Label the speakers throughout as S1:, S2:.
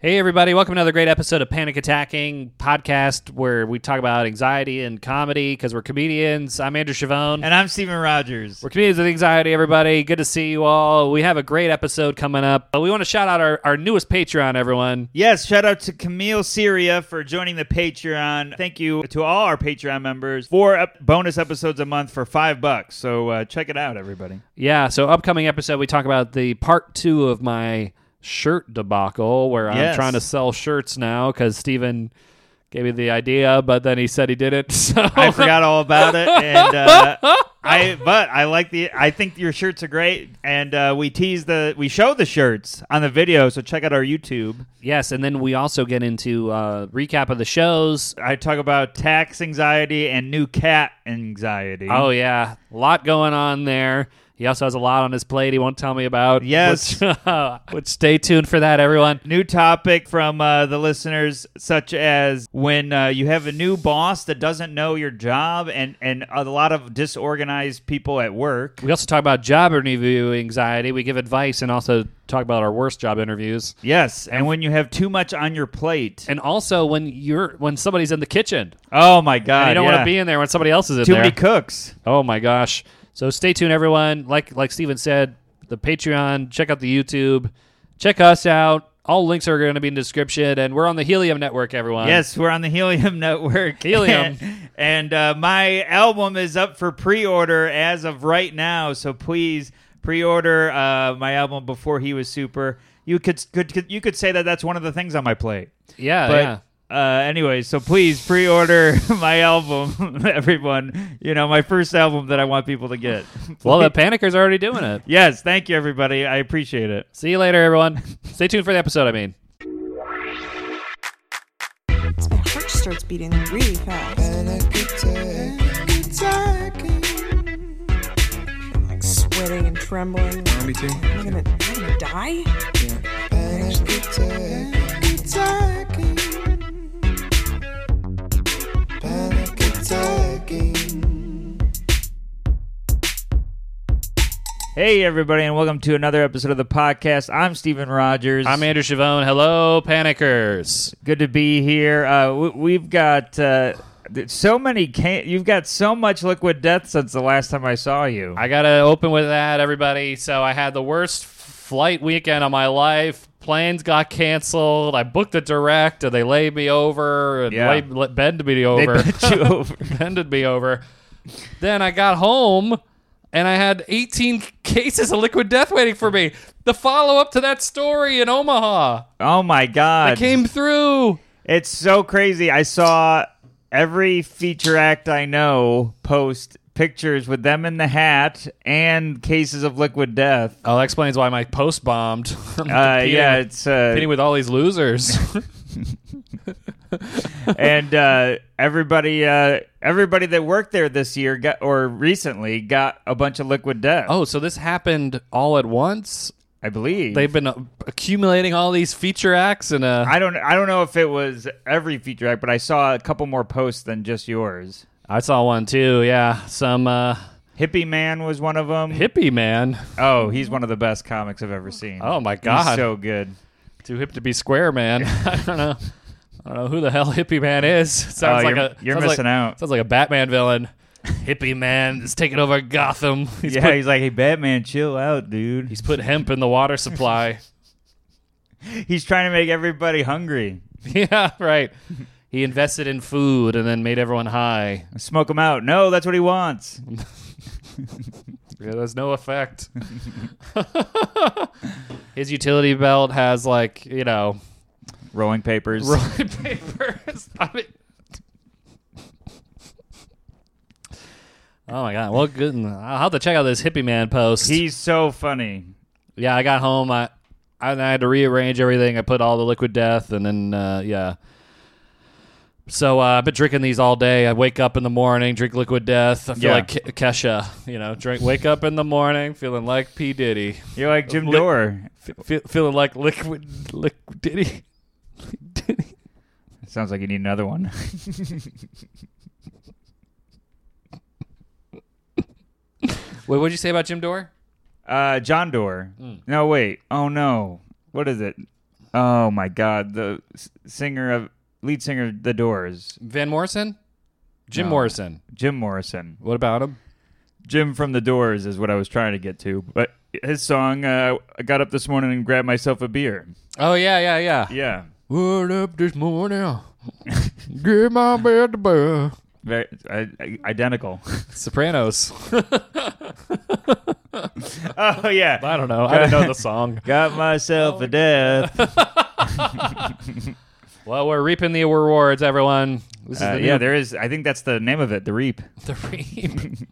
S1: Hey, everybody, welcome to another great episode of Panic Attacking Podcast where we talk about anxiety and comedy because we're comedians. I'm Andrew Chavone.
S2: And I'm Steven Rogers.
S1: we're comedians with anxiety, everybody. Good to see you all. We have a great episode coming up. But we want to shout out our, our newest Patreon, everyone.
S2: Yes, shout out to Camille Syria for joining the Patreon. Thank you to all our Patreon members. Four up bonus episodes a month for five bucks. So uh, check it out, everybody.
S1: Yeah, so upcoming episode, we talk about the part two of my shirt debacle where I'm
S2: Yes.
S1: trying to sell shirts now because Steven gave me the idea, but then he said he didn't. So
S2: I forgot all about it, and uh, I. But I like the. I think your shirts are great, and uh, we tease the. We show the shirts on the video, so check out our YouTube.
S1: Yes, and then we also get into uh, recap of the shows.
S2: I talk about tax anxiety and new cat anxiety.
S1: Oh yeah, a lot going on there. He also has a lot on his plate. He won't tell me about.
S2: Yes.
S1: which, which stay tuned for that, everyone.
S2: New topic from uh, the listeners, such as when uh, you have a new boss that doesn't know your job, and and a lot of disorganized people at work.
S1: We also talk about job interview anxiety. We give advice and also talk about our worst job interviews.
S2: Yes, and when you have too much on your plate.
S1: And also when you're when somebody's in the kitchen,
S2: Oh my god!
S1: and you don't
S2: yeah.
S1: want to be in there when somebody else is in
S2: too
S1: there.
S2: many cooks.
S1: oh my gosh! So stay tuned, everyone. Like like Steven said, the Patreon. Check out the YouTube. Check us out. All links are going to be in the description, and we're on the Helium Network, everyone.
S2: Yes, we're on the Helium Network.
S1: Uh. Helium.
S2: and uh, my album is up for pre order as of right now. So please pre order uh, my album before he was super. You could, could, could you could say that that's one of the things on my plate.
S1: yeah,
S2: But
S1: Oh, yeah.
S2: uh, anyway, so please pre order my album, everyone. You know, my first album that I want people to get.
S1: Well, the panickers are already doing it.
S2: yes, thank you, everybody. I appreciate it.
S1: See you later, everyone. Stay tuned for the episode. I mean,
S3: My heart starts beating really fast.
S4: and I get tagging.
S3: I'm like sweating and trembling.
S4: Me too.
S3: Am I gonna, am I gonna die?
S4: And I get tagging. Panic attacking.
S2: Hey, everybody, and welcome to another episode of the podcast. I'm Stephen Rogers.
S1: I'm Andrew Chavone. Hello, panickers.
S2: Good to be here. Uh, we, we've got uh, th- so many. Can- you've got so much liquid death since the last time I saw you.
S1: I gotta open with that, everybody. So I had the worst flight weekend of my life. Planes got canceled. I booked a direct, and they laid me over and
S2: Yeah.
S1: laid, let- bend me
S2: they
S1: over.
S2: bent you over.
S1: Bended me over. Then I got home. And I had 18 cases of liquid death waiting for me. The follow up to that story in Omaha
S2: Oh my god!
S1: came through.
S2: It's so crazy. I saw every feature act I know post pictures with them in the hat and cases of liquid death.
S1: Oh, that explains why my post bombed.
S2: Uh, yeah, it's uh,
S1: competing with all these losers.
S2: and uh, everybody, uh, everybody that worked there this year got or recently got a bunch of liquid death.
S1: oh, so this happened all at once?
S2: I believe
S1: They've been uh, accumulating all these feature acts and uh,
S2: I don't. I don't know if it was every feature act, but I saw a couple more posts than just yours.
S1: I saw one too. Yeah, some uh,
S2: Hippie Man was one of them.
S1: hippie man.
S2: oh, he's one of the best comics I've ever seen.
S1: Oh my
S2: He's
S1: god,
S2: so good.
S1: too hip to be square man. I don't know. I don't know who the hell hippie man is. Sounds
S2: Oh,
S1: like
S2: you're-
S1: a
S2: you're
S1: sounds like-
S2: missing out.
S1: Sounds like a Batman villain. hippie man is taking over Gotham. He's
S2: yeah,
S1: put,
S2: he's like, hey, Batman, chill out, dude.
S1: he's put hemp in the water supply.
S2: He's trying to make everybody hungry.
S1: yeah, right. He invested in food and then made everyone high.
S2: Smoke him out. No, that's what he wants.
S1: Yeah, there's no effect. His utility belt has like you know
S2: Rolling papers.
S1: rolling papers. I mean- oh my god! Well, good. I'll have to check out this hippie man post.
S2: he's so funny.
S1: yeah, I got home. I I, I had to rearrange everything. I put all the liquid death, and then uh, yeah. So uh, I've been drinking these all day. I wake up in the morning, drink liquid death. I feel
S2: Yeah.
S1: like Ke- Kesha, you know, drink. Wake up in the morning, feeling like P Diddy.
S2: You're like Jim
S1: Li-
S2: Dore.
S1: Fe feeling like liquid liquid diddy. diddy.
S2: Sounds like you need another one.
S1: Wait, what'd you say about Jim Dore? Hmm.
S2: Uh, John Dore. No, wait. Oh no. What is it? Oh my God, the s- singer of lead singer of The Doors,
S1: Van Morrison? Jim
S2: No.
S1: Morrison.
S2: Jim Morrison.
S1: What about him?
S2: Jim from The Doors is what I was trying to get to, but his song. Uh, I got up this morning and grabbed myself a beer.
S1: Oh yeah, yeah, yeah.
S2: Yeah,
S1: What up this morning? Get my bed to bed.
S2: very I, I, identical.
S1: Sopranos.
S2: oh yeah,
S1: I don't know. I don't know the song.
S2: got
S1: Oh,
S2: myself a death.
S1: Well, we're reaping the rewards, everyone. This is
S2: Uh,
S1: the
S2: yeah,
S1: new-
S2: there is. I think that's the name of it. The reap,
S1: the reap.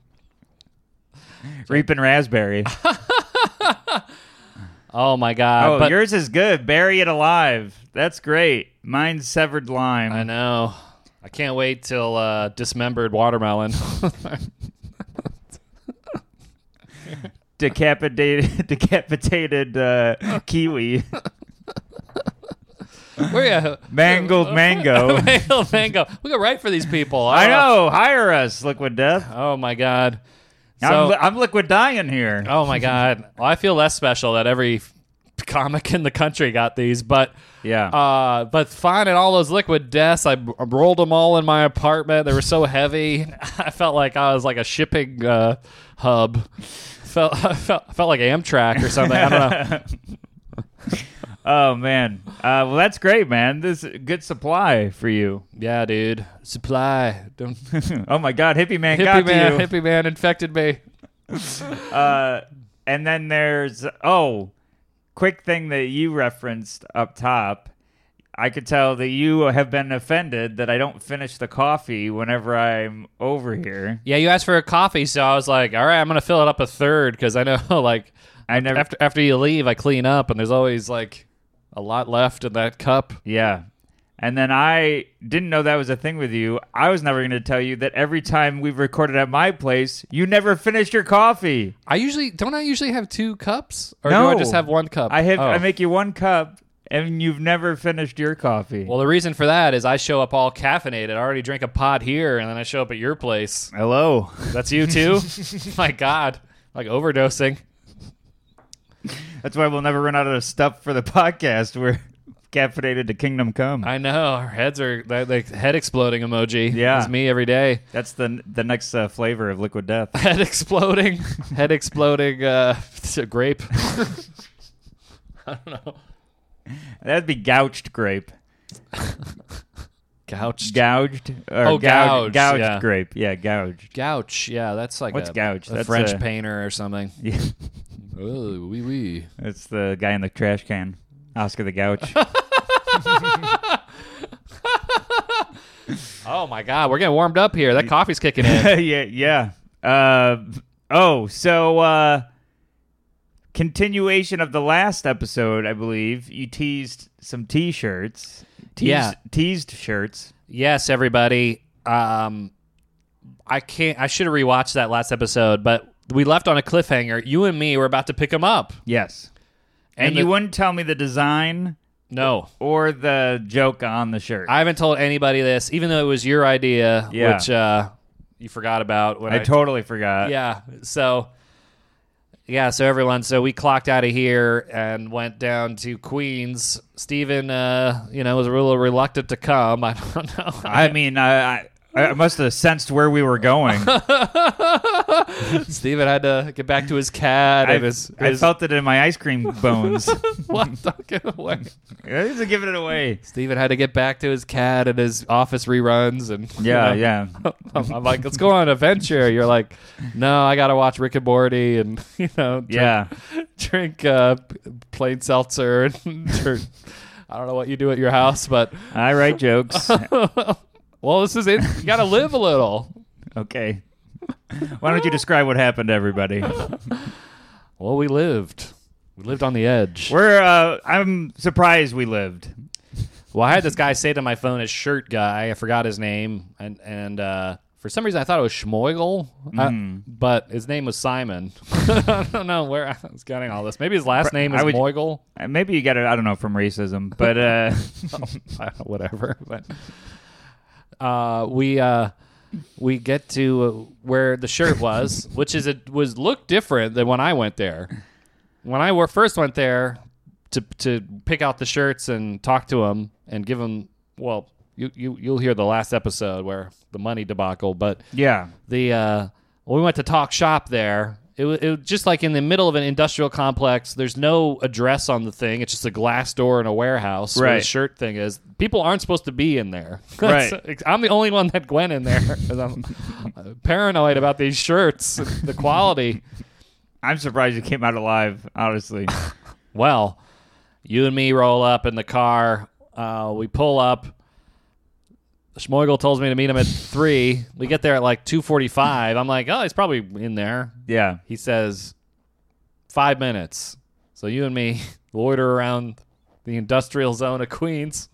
S2: reap and raspberry.
S1: Oh my god!
S2: oh,
S1: but
S2: yours is good. Bury it alive. That's great. Mine's severed lime.
S1: I know. I can't wait till uh, dismembered watermelon.
S2: decapitated decapitated uh, kiwi,
S1: We're yeah.
S2: mangled
S1: Oh.
S2: mango.
S1: Mango, mango. We go right for these people.
S2: I know. Hire us, Liquid Death.
S1: Oh my god.
S2: I'm,
S1: So-
S2: li- I'm liquid dying here.
S1: Oh my god. Well, I feel less special that every comic in the country got these, but
S2: yeah.
S1: uh, but finding all those liquid deaths, I b- rolled them all in my apartment. They were so heavy, I felt like I was like a shipping uh, hub. Felt I felt, I felt like Amtrak or something. I don't know.
S2: oh man. Uh, well, that's great, man. This is good supply for you.
S1: Yeah, dude. Supply. Don't,
S2: oh my God, hippie man got
S1: hippie
S2: to
S1: man.
S2: you.
S1: Hippie man infected me.
S2: Uh, and then there's oh, quick thing that you referenced up top. I could tell that you have been offended that I don't finish the coffee whenever I'm over here.
S1: Yeah, you asked for a coffee, so I was like, all right, I'm gonna fill it up a third because I know like
S2: I never.
S1: after after you leave, I clean up, and there's always like a lot left in that cup.
S2: Yeah. And then I didn't know that was a thing with you. I was never going to tell you that every time we've recorded at my place, you never finished your coffee.
S1: I usually don't. I usually have two cups, or
S2: No.
S1: do I just have one cup?
S2: I have
S1: Oh.
S2: I make you one cup and you've never finished your coffee.
S1: well, the reason for that is I show up all caffeinated. I already drink a pot here, and then I show up at your place.
S2: hello.
S1: That's you too. My God, like overdosing.
S2: That's why we'll never run out of stuff for the podcast. We're caffeinated to kingdom come.
S1: I know our heads are like like head exploding emoji.
S2: Yeah.
S1: it's me every day.
S2: That's the the next uh, flavor of liquid death.
S1: Head exploding. head exploding. Uh, it's a grape.
S2: That'd be gouged grape.
S1: Gouged.
S2: Gouged or
S1: Oh, gouged,
S2: gouged, gouged
S1: yeah.
S2: grape. Yeah, gouged.
S1: Gouch, yeah, that's like
S2: What's
S1: a,
S2: gouch?
S1: a
S2: That's
S1: French
S2: a-
S1: painter or something.
S2: Yeah.
S1: Oh, wee wee.
S2: That's the guy in the trash can. Oscar the Gouch.
S1: Oh my God, we're getting warmed up here. That coffee's kicking in.
S2: yeah, yeah. Uh, oh, so uh, continuation of the last episode, I believe you teased some T-shirts. Teased,
S1: Yeah.
S2: teased shirts.
S1: yes, everybody. Um, I can't. I should have rewatched that last episode, but we left on a cliffhanger. You and me were about to pick them up.
S2: Yes, and,
S1: And
S2: you
S1: the-
S2: wouldn't tell me the design
S1: No,
S2: or the joke on the shirt.
S1: I haven't told anybody this, even though it was your idea,
S2: Yeah.
S1: which uh, you forgot about when
S2: I
S1: I,
S2: totally forgot.
S1: yeah. So yeah, so everyone, so we clocked out of here and went down to Queens. Steven, uh, you know, was a little reluctant to come. I don't know.
S2: I mean, I, I I must have sensed where we were going.
S1: Steven had to get back to his cat
S2: I,
S1: and his,
S2: I
S1: his
S2: felt it in my ice cream bones.
S1: what Don't get away.
S2: This is giving it away.
S1: Steven had to get back to his cat and his office reruns and you
S2: Yeah,
S1: know.
S2: yeah.
S1: I'm, I'm like, let's go on an adventure. You're like, no, I gotta watch Rick and Morty and you know, drink-
S2: Yeah.
S1: drink uh, p- plain seltzer and or- I don't know what you do at your house, but
S2: I write jokes.
S1: well, this is it. You got to live a little.
S2: Okay. Why don't you describe what happened to everybody?
S1: Well, we lived. We lived on the edge.
S2: We're uh I'm surprised we lived.
S1: well, I had this guy say to my phone, his shirt guy, I forgot his name, and and uh, for some reason I thought it was Schmoigel, uh,
S2: Hmm.
S1: but his name was Simon. I don't know where I was getting all this. Maybe his last name is
S2: I would-
S1: Moigel.
S2: Uh, Maybe you got it I don't know from racism, but uh
S1: I don't- whatever. But uh, we uh, we get to uh, where the shirt was, which is it was looked different than when I went there. When I were, first went there, to to pick out the shirts and talk to him and give him. Well, you you you'll hear the last episode where the money debacle, but
S2: Yeah.
S1: the uh, when we went to talk shop there. It was, it was just like in the middle of an industrial complex. There's no address on the thing. It's just a glass door in a warehouse where
S2: Right.
S1: the shirt thing is. People aren't supposed to be in there.
S2: Right.
S1: So, I'm the only one that went in there 'cause I'm uh, paranoid about these shirts, and the quality.
S2: I'm surprised you came out alive, honestly.
S1: Well, you and me roll up in the car. Uh, we pull up. Schmoigel tells me to meet him at three. We get there at like two forty-five. I'm like, oh, he's probably in there.
S2: yeah.
S1: He says, five minutes. So you and me loiter around the industrial zone of Queens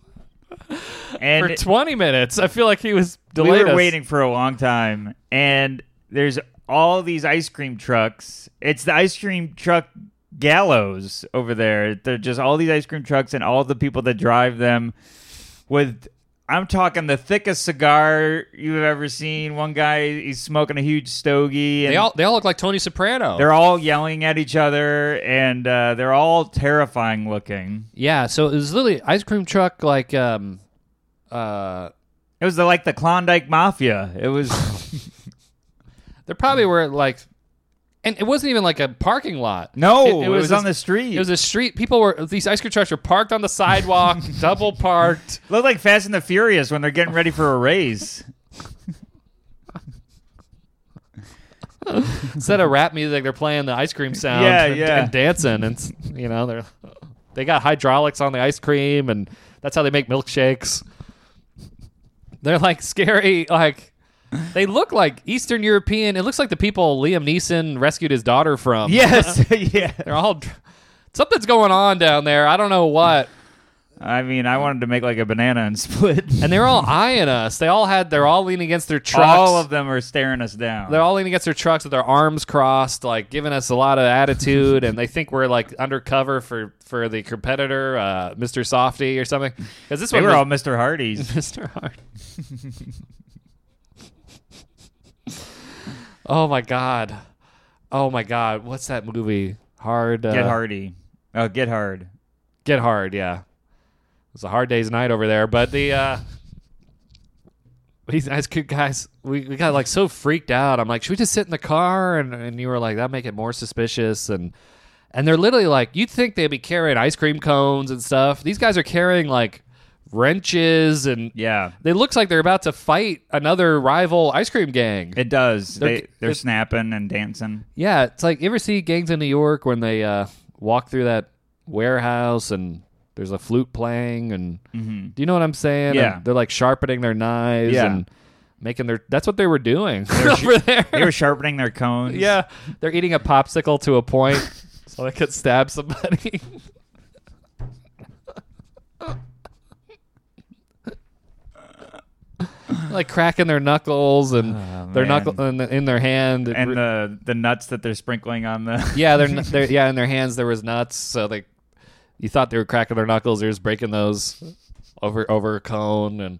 S2: And
S1: for twenty minutes. I feel like he was
S2: we
S1: delayed.
S2: were
S1: us.
S2: waiting for a long time, and there's all these ice cream trucks. It's the ice cream truck gallows over there. They're just all these ice cream trucks and all the people that drive them with. I'm talking the thickest cigar you've ever seen. One guy, he's smoking a huge stogie, and
S1: They all they all look like Tony Soprano.
S2: they're all yelling at each other, and uh, they're all terrifying looking.
S1: yeah. So it was literally ice cream truck like um uh
S2: It was the, like the Klondike Mafia. It was
S1: There probably were like, and it wasn't even like a parking lot.
S2: no, it, was, on the
S1: this-
S2: street.
S1: It was a street. People were these ice cream trucks were parked on the sidewalk, double parked.
S2: Look like Fast and the Furious when they're getting ready for a race.
S1: Instead of rap music, they're playing the ice cream sound.
S2: Yeah,
S1: and,
S2: yeah.
S1: and dancing, and s- you know they're they got hydraulics on the ice cream, and that's how they make milkshakes. They're like scary, like. They look like Eastern European. It looks like the people Liam Neeson rescued his daughter from.
S2: Yes, yeah.
S1: They're all something's going on down there. I don't know what.
S2: I mean, I wanted to make like a banana and split.
S1: and they're all eyeing us. They all had. They're all leaning against their trucks.
S2: all of them are staring us down.
S1: They're all leaning against their trucks with their arms crossed, like giving us a lot of attitude, and they think we're like undercover for for the competitor, uh, Mr. Softy or something. Because this
S2: They
S1: one
S2: were
S1: was-
S2: all Mr. Hardy's.
S1: Mr. Hard. oh my god! Oh my god! What's that movie? Hard. Uh,
S2: Get Hardy. Oh, get hard.
S1: Get hard, yeah. It was a hard day's night over there, but the uh these ice cream guys, we, we got like so freaked out. I'm like, should we just sit in the car? And and you were like, that make it more suspicious and and they're literally like, you'd think they'd be carrying ice cream cones and stuff. These guys are carrying like wrenches and
S2: Yeah,
S1: They looks like they're about to fight another rival ice cream gang.
S2: it does. They're,
S1: They're-
S2: they, they are snapping and dancing.
S1: Yeah, it's like you ever see gangs in New York when they uh, walk through that warehouse and there's a flute playing and do you know what I'm saying?
S2: Mm-hmm. Yeah.
S1: And they're like sharpening their knives
S2: Yeah.
S1: and making their that's what they were doing over there.
S2: They were sharpening their cones.
S1: yeah, they're eating a popsicle to a point so they could stab somebody. like cracking their knuckles and their
S2: Ah, man.
S1: knuckle in, in their hand It
S2: and
S1: re-
S2: the the nuts that they're sprinkling on the.
S1: yeah, they're, they're yeah, in their hands there was nuts, so they you thought they were cracking their knuckles, they were just breaking those over over a cone and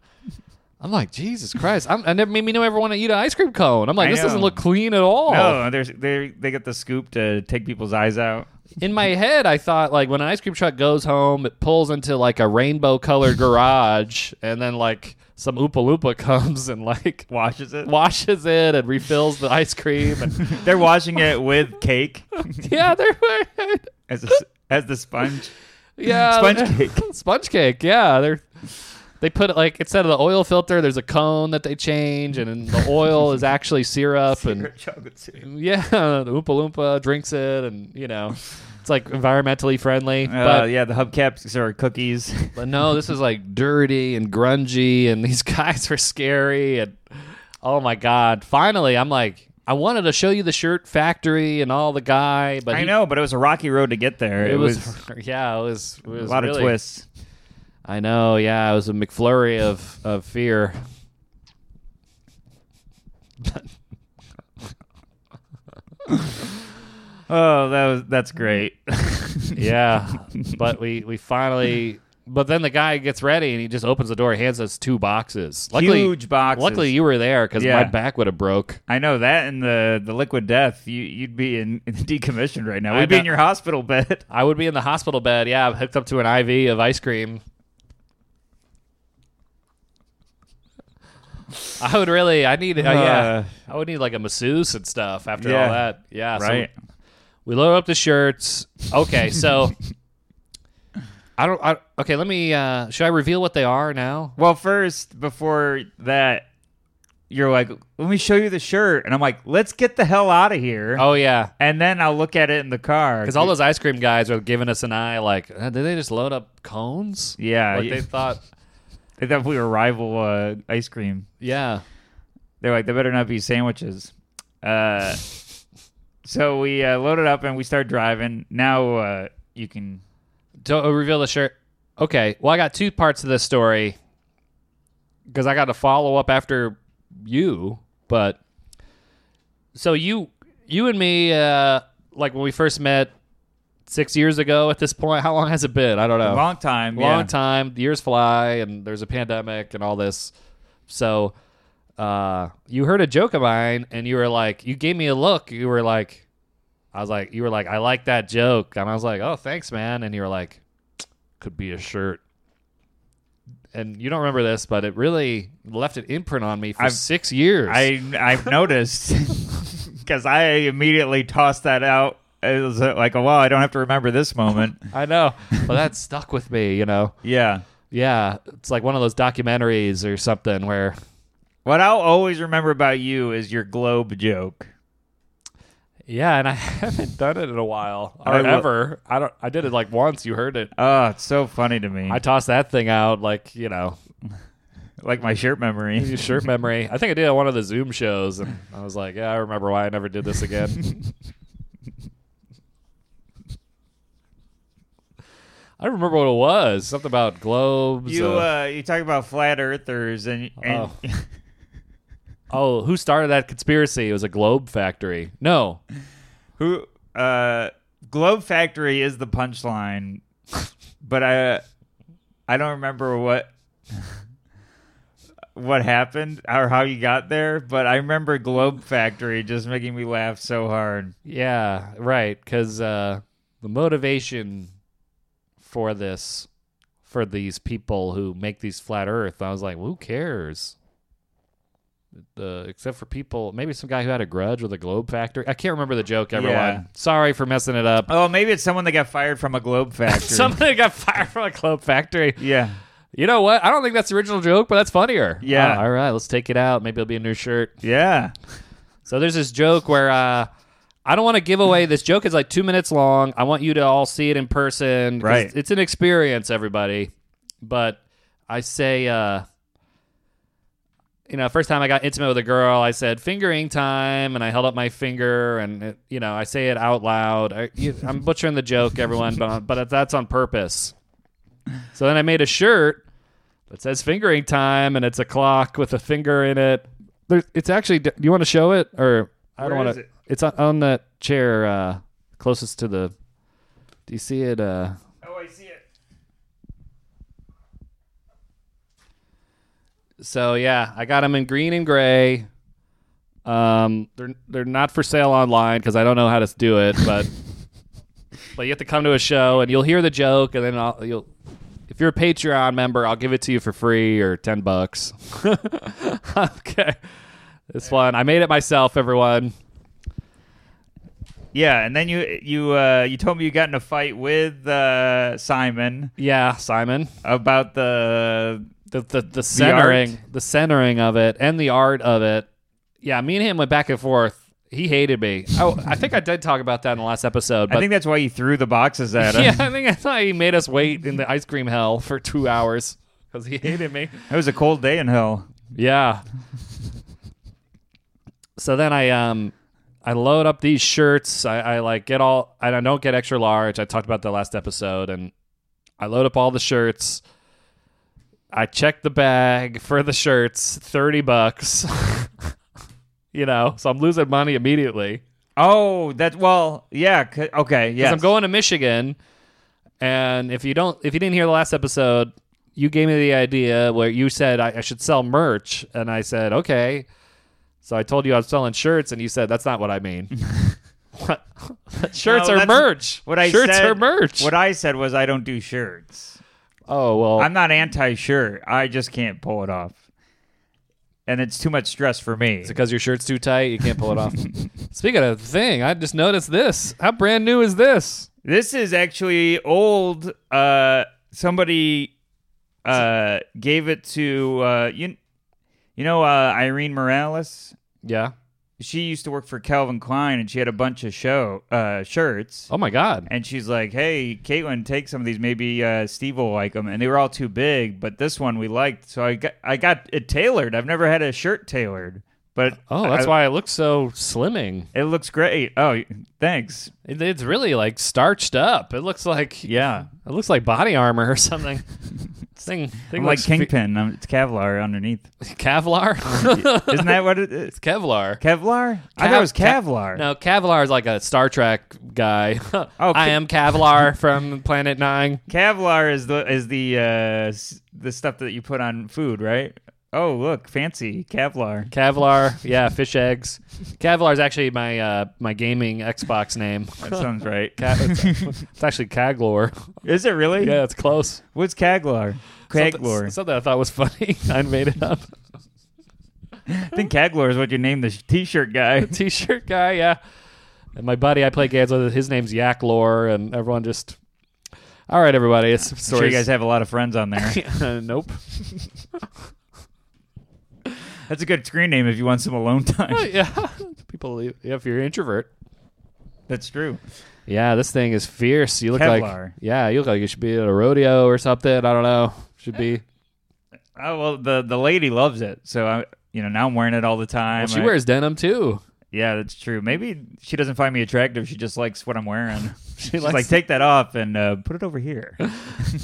S1: I'm like, Jesus Christ. I'm, I never made me know ever want to eat an ice cream cone. I'm like,
S2: I
S1: this doesn't
S2: know.
S1: look clean at all.
S2: No, there's they they get the scoop to take people's eyes out.
S1: In my head, I thought, like, when an ice cream truck goes home, it pulls into, like, a rainbow colored garage, and then, like, some Oopa Loopa comes and, like,
S2: Washes it.
S1: washes it and refills the ice cream. And,
S2: They're washing it with cake
S1: yeah, they're.
S2: as a, as the sponge.
S1: Yeah,
S2: Sponge
S1: they're-
S2: cake.
S1: sponge cake. Yeah, they're they put it like instead of the oil filter, there's a cone that they change, and then the oil is actually syrup, and
S2: Chocolate syrup.
S1: yeah, the Oompa Loompa drinks it, and you know, it's like environmentally friendly.
S2: Uh,
S1: but,
S2: yeah, the hubcaps are cookies.
S1: but no, this is like dirty and grungy, and these guys were scary, and oh my god! Finally, I'm like. I wanted to show you the shirt factory and all the guy, but
S2: I
S1: he-
S2: know, but it was a rocky road to get there.
S1: it,
S2: It,
S1: was,
S2: was,
S1: yeah, it was, it was
S2: a lot of
S1: really-
S2: twists.
S1: I know, yeah, it was a McFlurry of, of fear.
S2: Oh, that was that's great.
S1: Yeah. but we, we finally But then the guy gets ready and he just opens the door, hands us two boxes. Luckily,
S2: Huge boxes.
S1: Luckily, you were there because
S2: Yeah.
S1: my back would have broke.
S2: I know that and the the liquid death. You you'd be in decommissioned right now.
S1: I
S2: We'd be
S1: know.
S2: in your hospital bed.
S1: I would be in the hospital bed. Yeah, hooked up to an IV of ice cream. I would really. I need. Uh, yeah, I would need like a masseuse and stuff after
S2: Yeah.
S1: all that. Yeah, so
S2: Right.
S1: we load up the shirts. Okay, so I don't. I, okay, let me. Uh, should I reveal what they are now?
S2: Well, first before that, you're like, let me show you the shirt, and I'm like, let's get the hell out of here.
S1: Oh yeah,
S2: And then I'll look at it in the car
S1: because all those ice cream guys are giving us an eye. Like, uh, did they just load up cones?
S2: Yeah,
S1: like
S2: you-
S1: they thought.
S2: They thought we were rival uh, ice cream.
S1: Yeah,
S2: They're like, they better not be sandwiches. Uh, so we uh, loaded up and we start driving. Now uh, you can.
S1: Don't oh, reveal the shirt. Okay. Well, I got two parts of this story because I got to follow up after you. But so you, you and me, uh, like when we first met six years ago. At this point, how long has it been? I don't know.
S2: Long time.
S1: Oh. Long
S2: yeah.
S1: time. The years fly, and there's a pandemic and all this. So uh, you heard a joke of mine, and you were like, you gave me a look. You were like, I was like, you were like, I like that joke, and I was like, oh, thanks, man. And you were like, could be a shirt. And you don't remember this, but it really left an imprint on me for
S2: I've-
S1: six years.
S2: I I've noticed because I immediately tossed that out. It was uh, like, wow, I don't have to remember this moment.
S1: I know, but that stuck with me. You know,
S2: yeah.
S1: yeah, it's like one of those documentaries or something where
S2: What I'll always remember about you is your globe joke.
S1: Yeah, and I haven't done it in a while or
S2: All right, well-
S1: ever. I don't. I did it like once. You heard it.
S2: Oh, it's so funny to me.
S1: I tossed that thing out like you know
S2: like my shirt memory.
S1: your shirt memory. I think I did it on one of the Zoom shows, and I was like, yeah, I remember why I never did this again. I remember what it was. Something about globes.
S2: You
S1: uh,
S2: uh, you talk about flat earthers and, and
S1: oh, who started that conspiracy? It was a globe factory. No,
S2: Who uh Globe Factory is the punchline, but I I don't remember what what happened or how you got there, but I remember Globe Factory just making me laugh so hard.
S1: Yeah, right. Because uh, the motivation for this, for these people who make these flat Earth, I was like, who cares? The except for people, maybe some guy who had a grudge with a globe factory. I can't remember the joke. Everyone,
S2: Yeah.
S1: sorry for messing it up.
S2: Oh, maybe it's someone that got fired from a Globe Factory.
S1: Somebody got fired from a globe factory.
S2: yeah.
S1: You know what? I don't think that's the original joke, but that's funnier.
S2: Yeah.
S1: Oh, all right, let's take it out. Maybe it'll be a new shirt.
S2: Yeah.
S1: So there's this joke where uh, I don't want to give away. This joke is like two minutes long. I want you to all see it in person. 'cause
S2: Right.
S1: It's an experience, everybody. But I say, uh, you know, first time I got intimate with a girl, I said fingering time, and I held up my finger, and it, you know, I say it out loud. I, you, I'm butchering the joke, everyone, but but that's on purpose. So then I made a shirt that says fingering time, and it's a clock with a finger in it. There's, it's actually. Do you want to show it, or I don't
S2: Where
S1: want
S2: is
S1: to?
S2: it?
S1: It's on, on that chair uh, closest to the. Do you see it? Uh,
S2: Oh, I see it.
S1: So yeah, I got them in green and gray. Um, they're they're not for sale online because I don't know how to do it, but but you have to come to a show and you'll hear the joke, and then I'll, you'll if you're a Patreon member, I'll give it to you for free or ten bucks. okay, this one I made it myself, everyone.
S2: Yeah, and then you you uh, you told me you got in a fight with uh, Simon
S1: Yeah, Simon.
S2: about the
S1: the the, the centering the,
S2: art?
S1: centering of it and the art of it yeah me and him went back and forth he hated me oh i think i did talk about that in the last episode but
S2: I think that's why you threw the boxes at him.
S1: yeah i think i thought he made us wait in the ice cream hell for two hours because he hated me
S2: It was a cold day in hell.
S1: yeah so then i um i load up these shirts i, I like get all and i don't get extra large i talked about the last episode and i load up all the shirts I check the bag for the shirts, 30 bucks. you know, so I'm losing money immediately.
S2: Oh, that well, yeah, c- okay,
S1: 'Cause
S2: yeah.
S1: I'm going to Michigan And if you don't, if you didn't hear the last episode, you gave me the idea where you said I, I should sell merch, and I said okay. So I told you I was selling shirts, and you said that's not what I mean. what? shirts
S2: No,
S1: are
S2: that's-
S1: merch.
S2: What I
S1: shirts
S2: said,
S1: are merch.
S2: What I said was I don't do shirts.
S1: oh well,
S2: I'm not anti-shirt. I just can't pull it off, and it's too much stress for me.
S1: Is it because your shirt's too tight? You can't pull it off. Speaking of thing, I just noticed this. How brand new is this?
S2: This is actually old. Uh, somebody uh, gave it to uh, you. You know uh, Irene Morales.
S1: Yeah.
S2: She used to work for Calvin Klein, and she had a bunch of show uh, shirts.
S1: Oh my god.
S2: And she's like, "Hey, Caitlin, take some of these. Maybe uh, Steve will like them." And they were all too big, but this one we liked, so I got I got it tailored. I've never had a shirt tailored, but
S1: Oh, that's
S2: I-
S1: why it looks so slimming.
S2: it looks great. Oh, thanks.
S1: It, it's really like starched up. It looks like
S2: Yeah,
S1: it looks like body armor or something. This thing, thing
S2: I'm like
S1: looks
S2: Kingpin. I'm, it's Kevlar underneath.
S1: fe- Kevlar.
S2: Isn't that what it is?
S1: Kevlar.
S2: Kevlar? I thought it was Kevlar.
S1: No, Kevlar is like a Star Trek guy. I
S2: Oh, Ke-
S1: am Kevlar from Planet Nine.
S2: Kevlar is the is the uh, s- the stuff that you put on food, right? Oh, look, fancy Kevlar.
S1: Kevlar, yeah, fish eggs. Kevlar is actually my uh, my gaming Xbox name.
S2: That sounds right.
S1: Ca- it's, it's actually Caglor.
S2: is it really?
S1: Yeah, it's close.
S2: What's Kaglar?
S1: Something,
S2: Kaglor.
S1: something I thought was funny. I made it up.
S2: I think Kaglor is what you name the sh- t-shirt guy.
S1: T-shirt guy, yeah. And my buddy I play games with, his name's Yak Lore, and everyone just. All right, everybody. It's
S2: I'm sure you
S1: stories.
S2: guys have a lot of friends on there.
S1: Uh, nope.
S2: That's a good screen name if you want some alone time.
S1: Oh, yeah, people. Leave. Yeah, if you're an introvert.
S2: That's true.
S1: Yeah, this thing is fierce. You look like.
S2: Kevlar.
S1: Yeah, you look like you should be at a rodeo or something. I don't know. Should be.
S2: Oh well, the the lady loves it, so I, you know now I'm wearing it all the time.
S1: Well, she
S2: I-
S1: wears denim too.
S2: Yeah, that's true. Maybe she doesn't find me attractive. She just likes what I'm wearing. She's
S1: likes-
S2: like, take that off and uh, put it over here.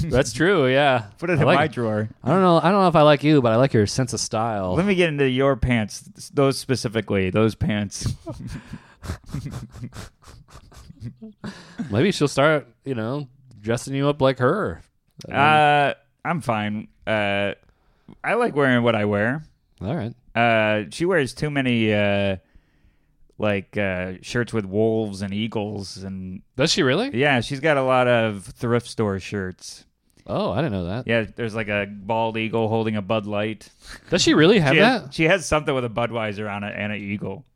S1: That's true. Yeah.
S2: Put it
S1: I
S2: in
S1: like-
S2: my drawer.
S1: I don't know. I don't know if I like you, but I like your sense of style.
S2: Let me get into your pants, those specifically, those pants.
S1: Maybe she'll start, you know, dressing you up like her.
S2: uh, I'm fine. Uh, I like wearing what I wear.
S1: All right.
S2: Uh, she wears too many uh, like uh, shirts with wolves and eagles, and
S1: Does she really?
S2: yeah, she's got a lot of thrift store shirts.
S1: Oh, I didn't know that.
S2: Yeah, there's like a bald eagle holding a Bud Light.
S1: Does she really have
S2: She has,
S1: that?
S2: she has something with a Budweiser on it and an eagle.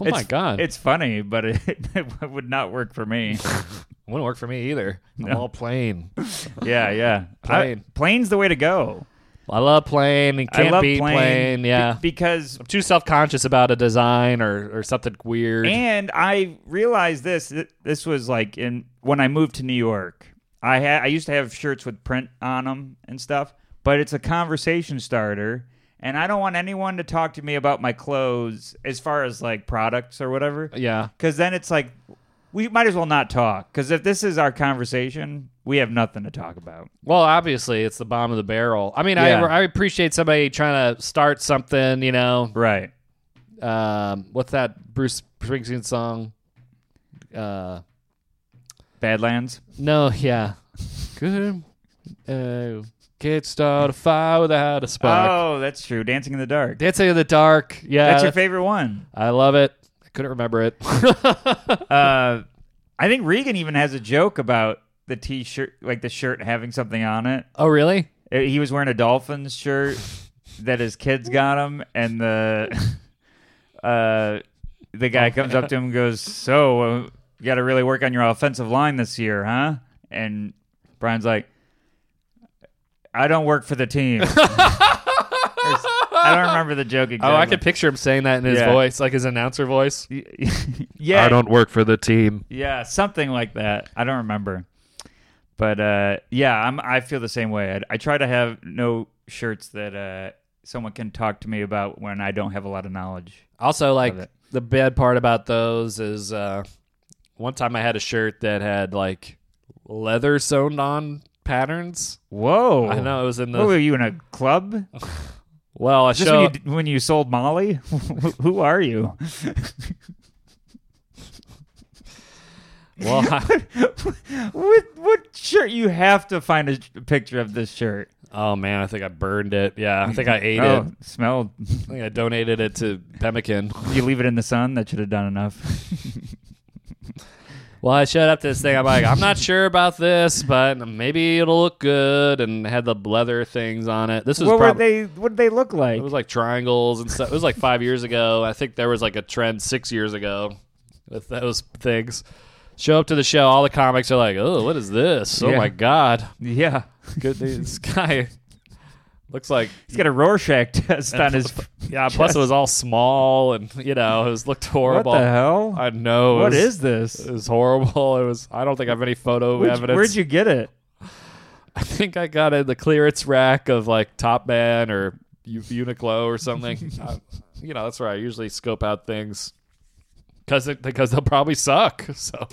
S1: Oh
S2: it's,
S1: my god, it
S2: It's funny, but it, it would not work for me.
S1: wouldn't work for me either. I'm all plain.
S2: yeah, yeah.
S1: Plain.
S2: I, plane's the way to go.
S1: I love plain. and can't
S2: I love
S1: beat
S2: plane,
S1: plain.
S2: be-
S1: Yeah.
S2: because
S1: I'm too self conscious about a design or, or something weird.
S2: and I realized this. th- This was like in when I moved to New York. I had I used to have shirts with print on them and stuff, but it's a conversation starter, and I don't want anyone to talk to me about my clothes as far as like products or whatever.
S1: yeah.
S2: Because then it's like, we might as well not talk. Because if this is our conversation, we have nothing to talk about.
S1: Well, obviously, it's the bottom of the barrel. I mean,
S2: Yeah.
S1: I, I appreciate somebody trying to start something. You know,
S2: Right.
S1: um, what's that Bruce Springsteen song? Uh,
S2: Badlands.
S1: no, yeah, good. Uh, can't start a fire without a spark.
S2: Oh, that's true. Dancing in the Dark.
S1: Dancing in the dark. Yeah,
S2: that's your favorite one.
S1: I love it. I couldn't remember it.
S2: Uh, I think Regan even has a joke about the t shirt, like the shirt having something on it.
S1: oh, really?
S2: Uh, He was wearing a Dolphins shirt that his kids got him, and the. Uh, the guy comes up to him and goes, So, uh, you got to really work on your offensive line this year, huh? And Brian's like, I don't work for the team. I don't remember the joke exactly.
S1: Oh, I could picture him saying that in his
S2: Yeah.
S1: voice, like his announcer voice.
S2: yeah.
S1: work for the team.
S2: Yeah, something like that. I don't remember. But uh, yeah, I'm, I feel the same way. I, I try to have no shirts that uh, someone can talk to me about when I don't have a lot of knowledge.
S1: Also, like
S2: Love it.
S1: the bad part about those is uh, one time I had a shirt that had like leather sewn on patterns.
S2: Whoa.
S1: I know it was in the
S2: Oh. What were you in a club?
S1: well. I
S2: Is this
S1: show
S2: when, you, d- when you sold Molly? Who are you?
S1: Well, I-
S2: what what shirt? You have to find a sh- picture of this shirt.
S1: oh man, I think I burned it. Yeah, I think I ate it.
S2: Oh, smelled.
S1: I think I donated it to Pemmican.
S2: You leave it in the sun. That should have done enough.
S1: Well, I showed up to this thing. I'm like, I'm not sure about this, but maybe it'll look good. And had the leather things on it. This was
S2: what were
S1: probably,
S2: they? What did they look like?
S1: it was like triangles and stuff. It was like five years ago. I think there was like a trend six years ago with those things. Show up to the show. All the comics are like, oh, what is this? Oh
S2: Yeah.
S1: my god,
S2: yeah,
S1: good. This guy looks like
S2: he's got a Rorschach test on his.
S1: yeah. Plus, it was all small, and you know, it was looked
S2: What
S1: horrible.
S2: the hell?
S1: I know.
S2: what
S1: it was,
S2: is this?
S1: It was horrible. It was. I don't think I have any photo
S2: Where'd-
S1: evidence.
S2: Where'd you get it?
S1: I think I got in the clearance rack of like Top Man or U- Uniqlo or something. I- you know, that's where I usually scope out things because because they'll probably suck. So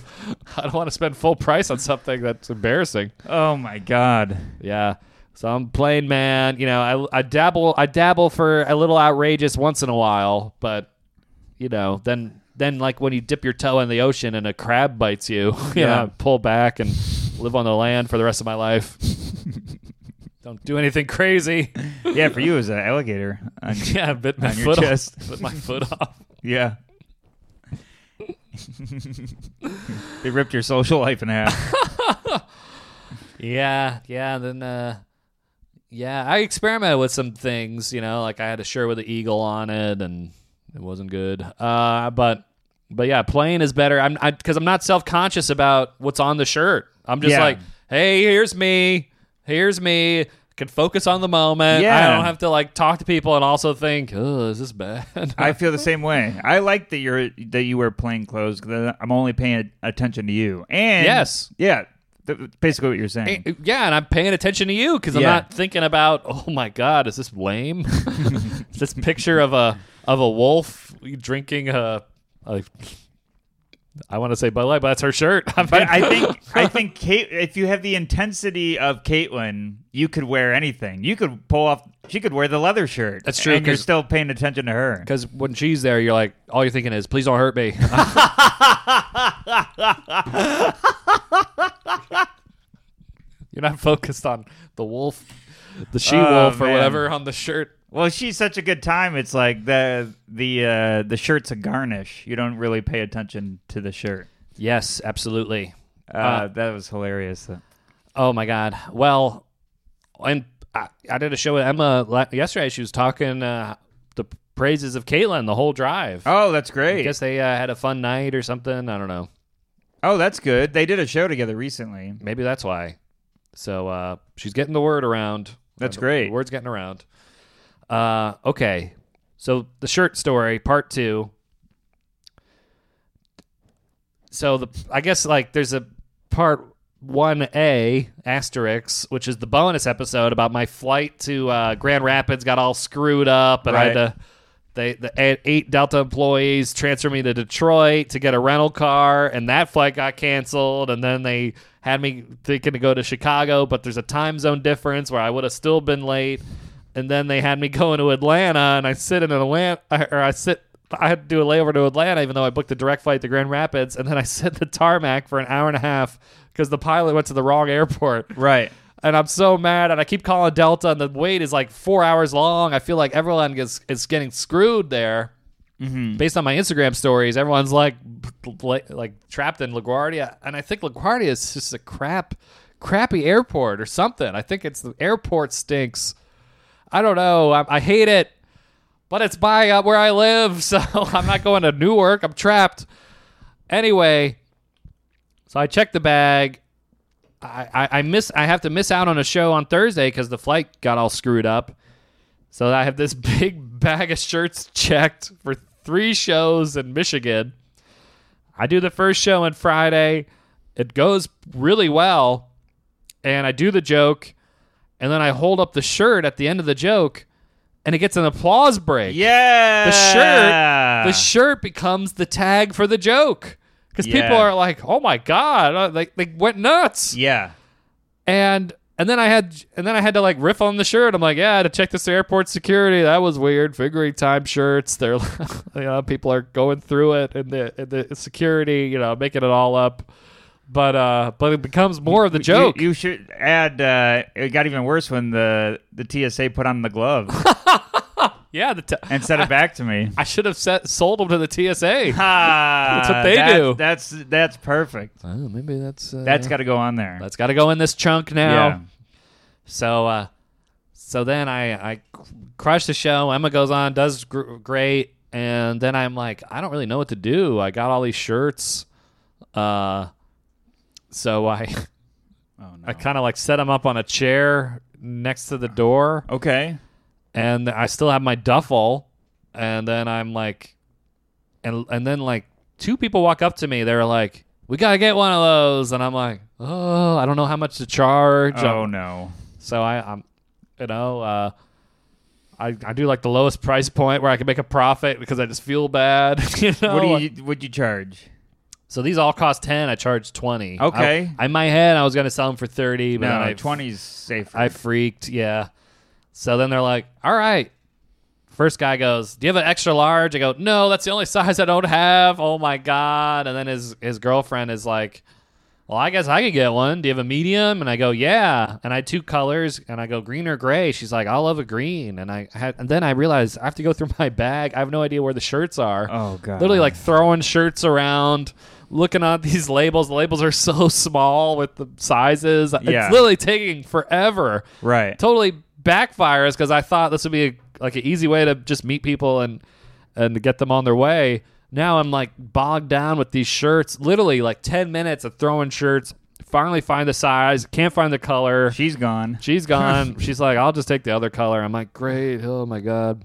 S1: I don't want to spend full price on something that's embarrassing.
S2: Oh my god.
S1: Yeah. So I'm plain man. You know, I, I dabble I dabble for a little outrageous once in a while, but you know, then then like when you dip your toe in the ocean and a crab bites you, you
S2: Yeah.
S1: know, pull back and live on the land for the rest of my life. Don't do anything crazy.
S2: Yeah, for you it was an alligator. on-
S1: Yeah, bit my
S2: On your
S1: foot
S2: chest.
S1: off. Bit my foot off.
S2: yeah. they ripped your social life in half.
S1: Yeah, yeah. Then, uh, yeah, I experimented with some things. You know, like I had a shirt with an eagle on it, and it wasn't good. Uh, but, but yeah, plain is better. I'm because I'm not self conscious about what's on the shirt. I'm just
S2: Yeah.
S1: like, hey, here's me, here's me. Can focus on the moment. I
S2: Yeah.
S1: don't have to like talk to people and also think, oh, is this bad?
S2: I feel the same way. I like that you're that you wear plain clothes because I'm only paying attention to you. And
S1: Yes.
S2: yeah, th- basically what you're saying.
S1: yeah, and I'm paying attention to you because I'm
S2: Yeah.
S1: not thinking about. Oh my God, is this lame? It's this picture of a of a wolf drinking a. a I want to say Bud Light, but that's her shirt.
S2: But I think I think Kate, if you have the intensity of Caitlyn, you could wear anything. You could pull off. She could wear the leather shirt.
S1: That's true,
S2: And you're
S1: 'cause-
S2: still paying attention to her.
S1: because when she's there, you're like, all you're thinking is, please don't hurt me. you're not focused on the wolf, the she wolf, or
S2: man.
S1: whatever on the shirt.
S2: Well, she's such a good time. It's like the the uh, the shirt's a garnish. You don't really pay attention to the shirt.
S1: Yes, absolutely.
S2: Uh, that was hilarious. though.
S1: Oh my God. Well, and I, I did a show with Emma la- yesterday. She was talking uh, the praises of Caitlyn the whole drive.
S2: Oh, that's
S1: I
S2: great.
S1: guess they uh, had a fun night or something. I don't know.
S2: oh, that's good. They did a show together recently.
S1: Maybe that's why. So uh, she's getting the word around.
S2: That's
S1: Uh, the
S2: great.
S1: word's getting around. Uh, okay. So the shirt story, part two. So the I guess like there's a part one A asterisk, which is the bonus episode about my flight to uh, Grand Rapids got all screwed up, and I had
S2: Right.
S1: to they the eight- eight Delta employees transferred me to Detroit to get a rental car, and that flight got canceled. And then they had me thinking to go to Chicago, but there's a time zone difference where I would have still been late. And then they had me going to Atlanta, and I sit in Atlanta, or I sit. I had to do a layover to Atlanta, even though I booked a direct flight to Grand Rapids, and then I sit in the tarmac for an hour and a half because the pilot went to the wrong airport.
S2: Right.
S1: And I'm so mad, and I keep calling Delta, and the wait is like four hours long. I feel like everyone is, is getting screwed there. Based on my Instagram stories, everyone's like like trapped in LaGuardia, and I think LaGuardia is just a crap, crappy airport or something. I think it's the airport stinks. I don't know. I, I hate it, but it's by uh, where I live, so I'm not going to Newark. I'm trapped. Anyway, so I checked the bag. I, I, I miss. I have to miss out on a show on Thursday because the flight got all screwed up. So I have this big bag of shirts checked for three shows in Michigan. I do the first show on Friday. It goes really well, and I do the joke, and then I hold up the shirt at the end of the joke, and it gets an applause break
S2: Yeah.
S1: the shirt the shirt becomes the tag for the joke because people
S2: Yeah.
S1: are like oh my god uh, like they went nuts
S2: yeah.
S1: and and then i had and then i had to like riff on the shirt i'm like yeah i had to check this airport security that was weird figuring time shirts they're you know people are going through it and the, and the security you know making it all up but uh, but it becomes more of the joke.
S2: You, you should add. Uh, it got even worse when the the TSA put on the glove
S1: yeah, the t-
S2: and sent it back to me.
S1: I should have set, sold them to the TSA.
S2: Ah,
S1: That's what they
S2: that's-
S1: do.
S2: That's that's perfect.
S1: oh, maybe that's uh,
S2: That's got to go on there.
S1: that's got to go in this chunk now.
S2: Yeah.
S1: So uh, so then I I crush the show. Emma goes on, does gr- great, and then I'm like, I don't really know what to do. I got all these shirts, uh, so I
S2: Oh, no.
S1: I kind of like set them up on a chair next to the door,
S2: Okay.
S1: and I still have my duffel, and then I'm like, and and then like two people walk up to me. They're like. We gotta get one of those, and I'm like, oh, I don't know how much to charge. I'm-
S2: Oh no.
S1: so I, I'm, you know, uh, I I do like the lowest price point where I can make a profit because I just feel bad. You know.
S2: What do you would you charge?
S1: so these all cost ten. I charged twenty.
S2: Okay.
S1: I, in my head, I was gonna sell them for thirty, but then
S2: No,
S1: I
S2: twenty's safer.
S1: I freaked. Yeah. So then they're like, all right. First guy goes, "Do you have an extra large?" I go, "No, that's the only size I don't have." Oh my god! And then his his girlfriend is like, "Well, I guess I could get one. Do you have a medium?" And I go, "Yeah." And I had two colors, and I go green or gray. She's like, "I'll love a green." And I had, and then I realized I have to go through my bag. I have no idea where the shirts are.
S2: Oh, God.
S1: Literally like throwing shirts around, looking at these labels. The labels are so small with the sizes.
S2: Yeah.
S1: It's literally taking forever
S2: right.
S1: totally backfires because I thought this would be a, like an easy way to just meet people and and to get them on their way. Now I'm like bogged down with these shirts. Literally like ten minutes of throwing shirts. Finally find the size. Can't find the color.
S2: She's gone.
S1: She's gone. She's like, I'll just take the other color. I'm like, great. Oh my god.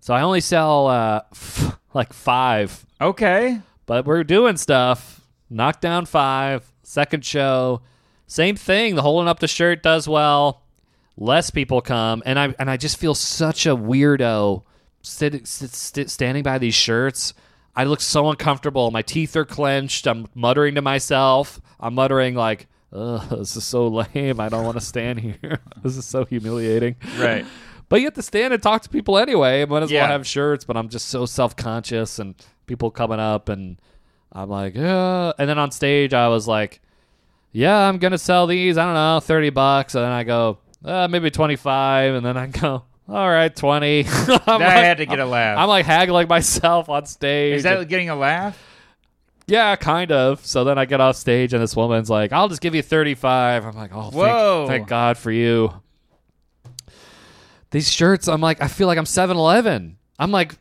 S1: So I only sell uh, f- like five
S2: Okay.
S1: but we're doing stuff. Knock down five, second show, same thing. The holding up the shirt does well. Less people come, and I and I just feel such a weirdo sit, sit, sit, standing by these shirts. I look so uncomfortable. My teeth are clenched. I'm muttering to myself. I'm muttering like, Ugh, "This is so lame. I don't want to stand here. this is so humiliating."
S2: Right.
S1: But you have to stand and talk to people anyway. Might as
S2: Yeah.
S1: well have shirts, but I'm just so self conscious and people coming up and I'm like, yeah. And then on stage, I was like, yeah, I'm going to sell these. I don't know, 30 bucks. And then I go, uh, maybe 25. And then I go, all right, 20. I'm,
S2: I
S1: like,
S2: had to get a laugh.
S1: I'm like haggling myself on stage.
S2: Is that getting a laugh?
S1: yeah, kind of. So then I get off stage and this woman's like, I'll just give you 35. I'm like, oh, thank-
S2: Whoa.
S1: Thank, God for you. These shirts, I'm like, I feel like I'm 7 Eleven. I'm like,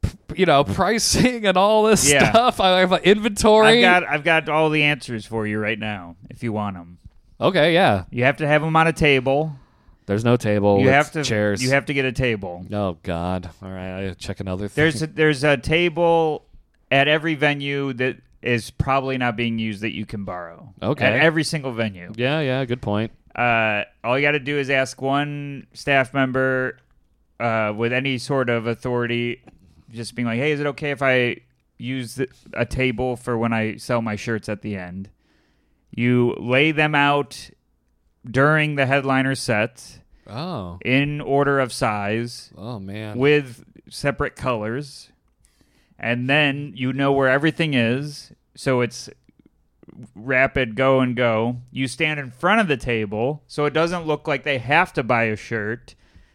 S1: p- you know, pricing and all this
S2: Yeah.
S1: stuff. I have an inventory.
S2: I've got I've got all the answers for you right now. If you want them,
S1: okay, yeah.
S2: you have to have them on a table.
S1: There's no table.
S2: You
S1: it's
S2: have to
S1: chairs.
S2: You have to get a table.
S1: Oh God! All right, I check another thing.
S2: There's a, there's a table at every venue that is probably not being used that you can borrow.
S1: Okay.
S2: At every single venue.
S1: yeah, yeah. Good point.
S2: uh, all you got to do is ask one staff member uh, with any sort of authority, just being like, "Hey, is it okay if I use the, a table for when I sell my shirts at the end?" You lay them out during the headliner set
S1: Oh,
S2: in order of size
S1: oh man.
S2: with separate colors, and then you know where everything is. So it's rapid go and go. You stand in front of the table, so it doesn't look like they have to buy a shirt.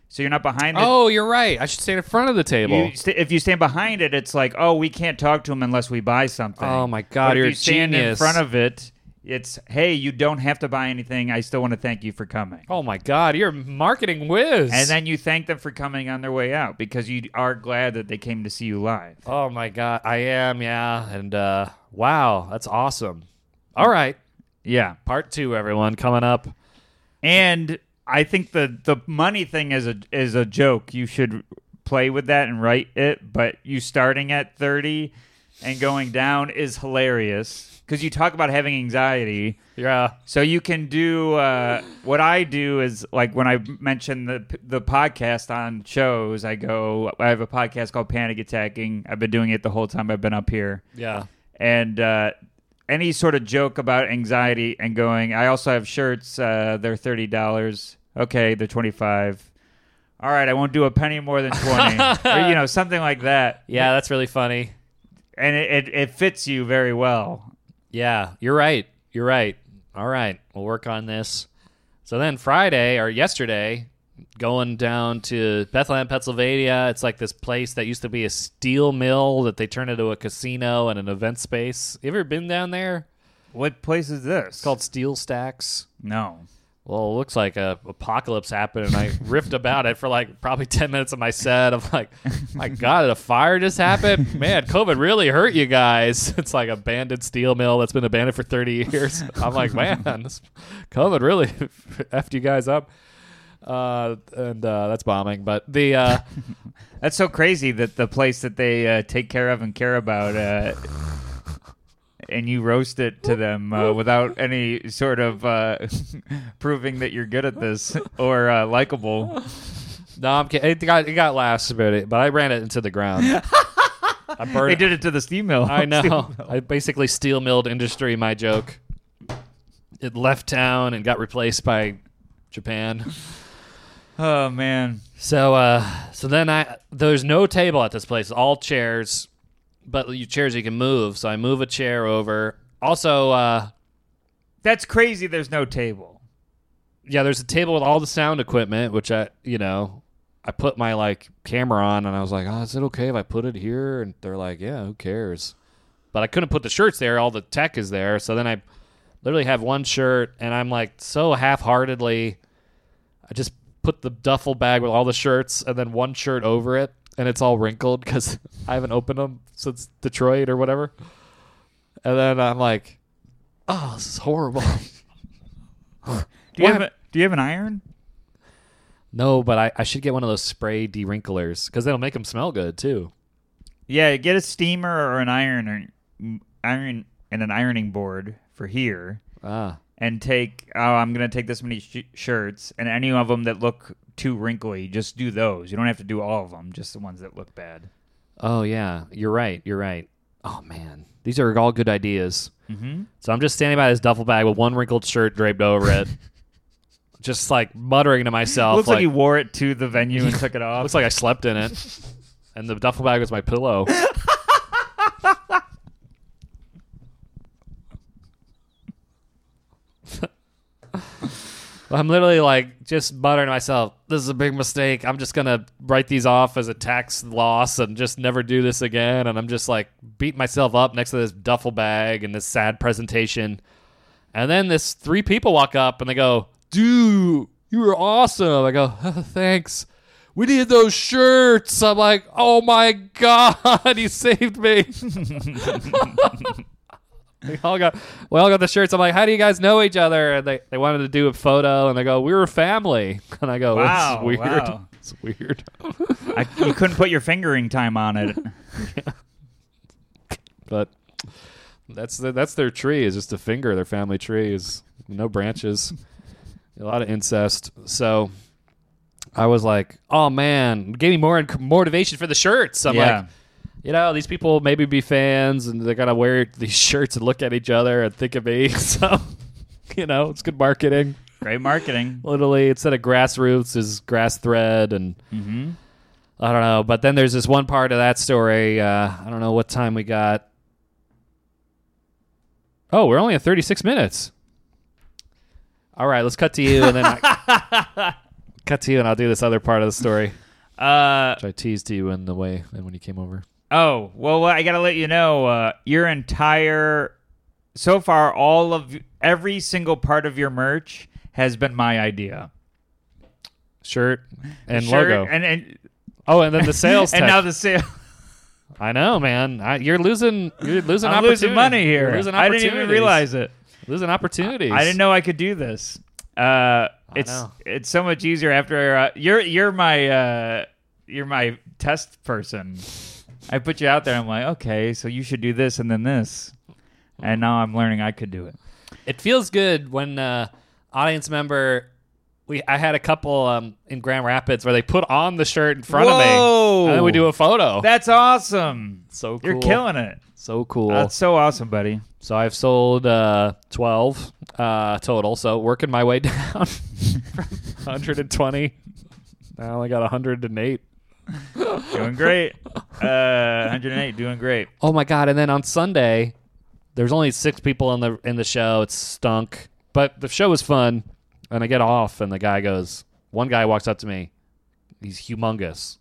S2: So you're not behind. The,
S1: oh, you're right. I should stand in front of the table.
S2: you st- if you stand behind it, it's like, oh, we can't talk to them unless we buy something.
S1: Oh my God,
S2: But if
S1: you're
S2: you
S1: a
S2: stand in
S1: genius.
S2: front of it. It's hey, you don't have to buy anything. I still want to thank you for coming.
S1: oh my God, you're a marketing whiz.
S2: And then you thank them for coming on their way out because you are glad that they came to see you live.
S1: Oh my god, I am, yeah. And uh wow, that's awesome. All right,
S2: Yeah.
S1: part 2 everyone coming up.
S2: And I think the the money thing is a is a joke. You should play with that and write it, but you starting at 30 and going down is hilarious cuz you talk about having anxiety.
S1: Yeah.
S2: So you can do uh, what I do is like when I mention the the podcast on shows, I go I have a podcast called Panic Attacking. I've been doing it the whole time I've been up here
S1: Yeah.
S2: and uh, any sort of joke about anxiety and going. I also have shirts. Uh, they're thirty dollars. Okay, they're twenty five. All right, I won't do a penny more than twenty, or you know, something like that.
S1: Yeah, that's really funny.
S2: and it, it, it fits you very well.
S1: Yeah, you're right. You're right. All right, we'll work on this. So then Friday or yesterday, going down to Bethlehem, Pennsylvania. It's like this place that used to be a steel mill that they turned into a casino and an event space. You ever been down there?
S2: What place is this?
S1: It's called Steel Stacks.
S2: No.
S1: Well, it looks like a apocalypse happened, and I riffed about it for like probably ten minutes of my set. I'm like, my God, a fire just happened. Man, COVID really hurt you guys. It's like abandoned steel mill that's been abandoned for thirty years. I'm like, man, this COVID really effed you guys up. Uh, and uh, that's bombing. But the uh,
S2: That's so crazy that the place that they uh, take care of and care about, uh, and you roast it to them uh, without any sort of uh, proving that you're good at this or uh, likable.
S1: no, I'm kidding. It got it got laughs about it, but I ran it into the ground. I burned.
S2: They did it to the steam mill.
S1: I know. I basically steel milled industry. My joke. It left town and got replaced by Japan.
S2: Oh man.
S1: So, uh, so then I there's no table at this place. All chairs, but you chairs you can move. So I move a chair over. Also, uh,
S2: That's crazy. There's no table.
S1: yeah, there's a table with all the sound equipment, which I, you know, I put my like camera on, and I was like, oh, is it okay if I put it here? And they're like, yeah, who cares? But I couldn't put the shirts there. All the tech is there. So then I literally have one shirt, and I'm like so half-heartedly, I just put the duffel bag with all the shirts, and then one shirt over it, and it's all wrinkled because I haven't opened them since Detroit or whatever. And then I'm like, oh, this is horrible.
S2: Do you
S1: Why-
S2: have a, Do you have an iron?
S1: No, but I, I should get one of those spray dewrinklers because that'll make them smell good too.
S2: Yeah, get a steamer or an iron or mm, iron and an ironing board for here.
S1: Ah,
S2: and take oh i'm going to take this many sh- shirts and any of them that look too wrinkly just do those you don't have to do all of them just the ones that look bad
S1: oh yeah, you're right, you're right. Oh man, these are all good ideas. Mm-hmm. So I'm just standing by this duffel bag with one wrinkled shirt draped over it, just like muttering to myself.
S2: looks like, he wore it to the venue and took it off
S1: looks like I slept in it, and the duffel bag was my pillow. I'm literally like just muttering to myself, "This is a big mistake. I'm just gonna write these off as a tax loss and just never do this again." And I'm just like beat myself up next to this duffel bag and this sad presentation. And then this three people walk up and they go, "Dude, you were awesome." I go, "Thanks." We need those shirts. I'm like, "Oh my god, he saved me." we all got we all got the shirts. I'm like, "How do you guys know each other?" And they, they wanted to do a photo and they go, "We were family." And I go, "It's
S2: Wow,
S1: weird.
S2: wow.
S1: It's weird."
S2: I, you couldn't put your fingering time on it
S1: But that's the, that's their tree is just a finger. Their family tree is no branches, a lot of incest. So I was like, oh man, gave me more inc- motivation for the shirts. I'm
S2: yeah
S1: like, you know, these people maybe be fans and they're gonna wear these shirts and look at each other and think of me. So you know, it's good marketing.
S2: great marketing
S1: Literally, instead of grassroots is grass thread and. I don't know. But then there's this one part of that story. Uh, I don't know what time we got. Oh, we're only at 36 minutes. All right, let's cut to you and then I, cut to you, and I'll do this other part of the story,
S2: uh
S1: which I teased you in the way and when you came over.
S2: Oh, well, well, I got to let you know uh, your entire, so far, all of, every single part of your merch has been my idea.
S1: Shirt and
S2: Shirt
S1: logo.
S2: And, and,
S1: oh, and then the sales.
S2: and
S1: tech.
S2: now the sale.
S1: I know, man. I, you're losing. You're losing.
S2: I'm losing
S1: opportunity.
S2: money here.
S1: You're losing
S2: I didn't even
S1: opportunities.
S2: realize it.
S1: Losing opportunities.
S2: I didn't know I could do this. Uh, it's
S1: know.
S2: it's so much easier after uh, you're you're my uh, you're my test person. I put you out there. I'm like, okay, so you should do this and then this, and now I'm learning I could do it.
S1: It feels good when uh, audience member. We I had a couple um, in Grand Rapids where they put on the shirt in front of
S2: Whoa!
S1: me, and then we do a photo.
S2: That's awesome.
S1: so cool.
S2: You're killing it.
S1: So cool.
S2: That's so awesome, buddy.
S1: so I've sold uh, twelve uh, total. So working my way down, hundred and twenty. I only got hundred and eight.
S2: Doing great. Uh, 108, doing great.
S1: Oh my god! And then on Sunday, There's only six people in the in the show. It stunk, but the show was fun. And I get off, and the guy goes. One guy walks up to me. He's humongous.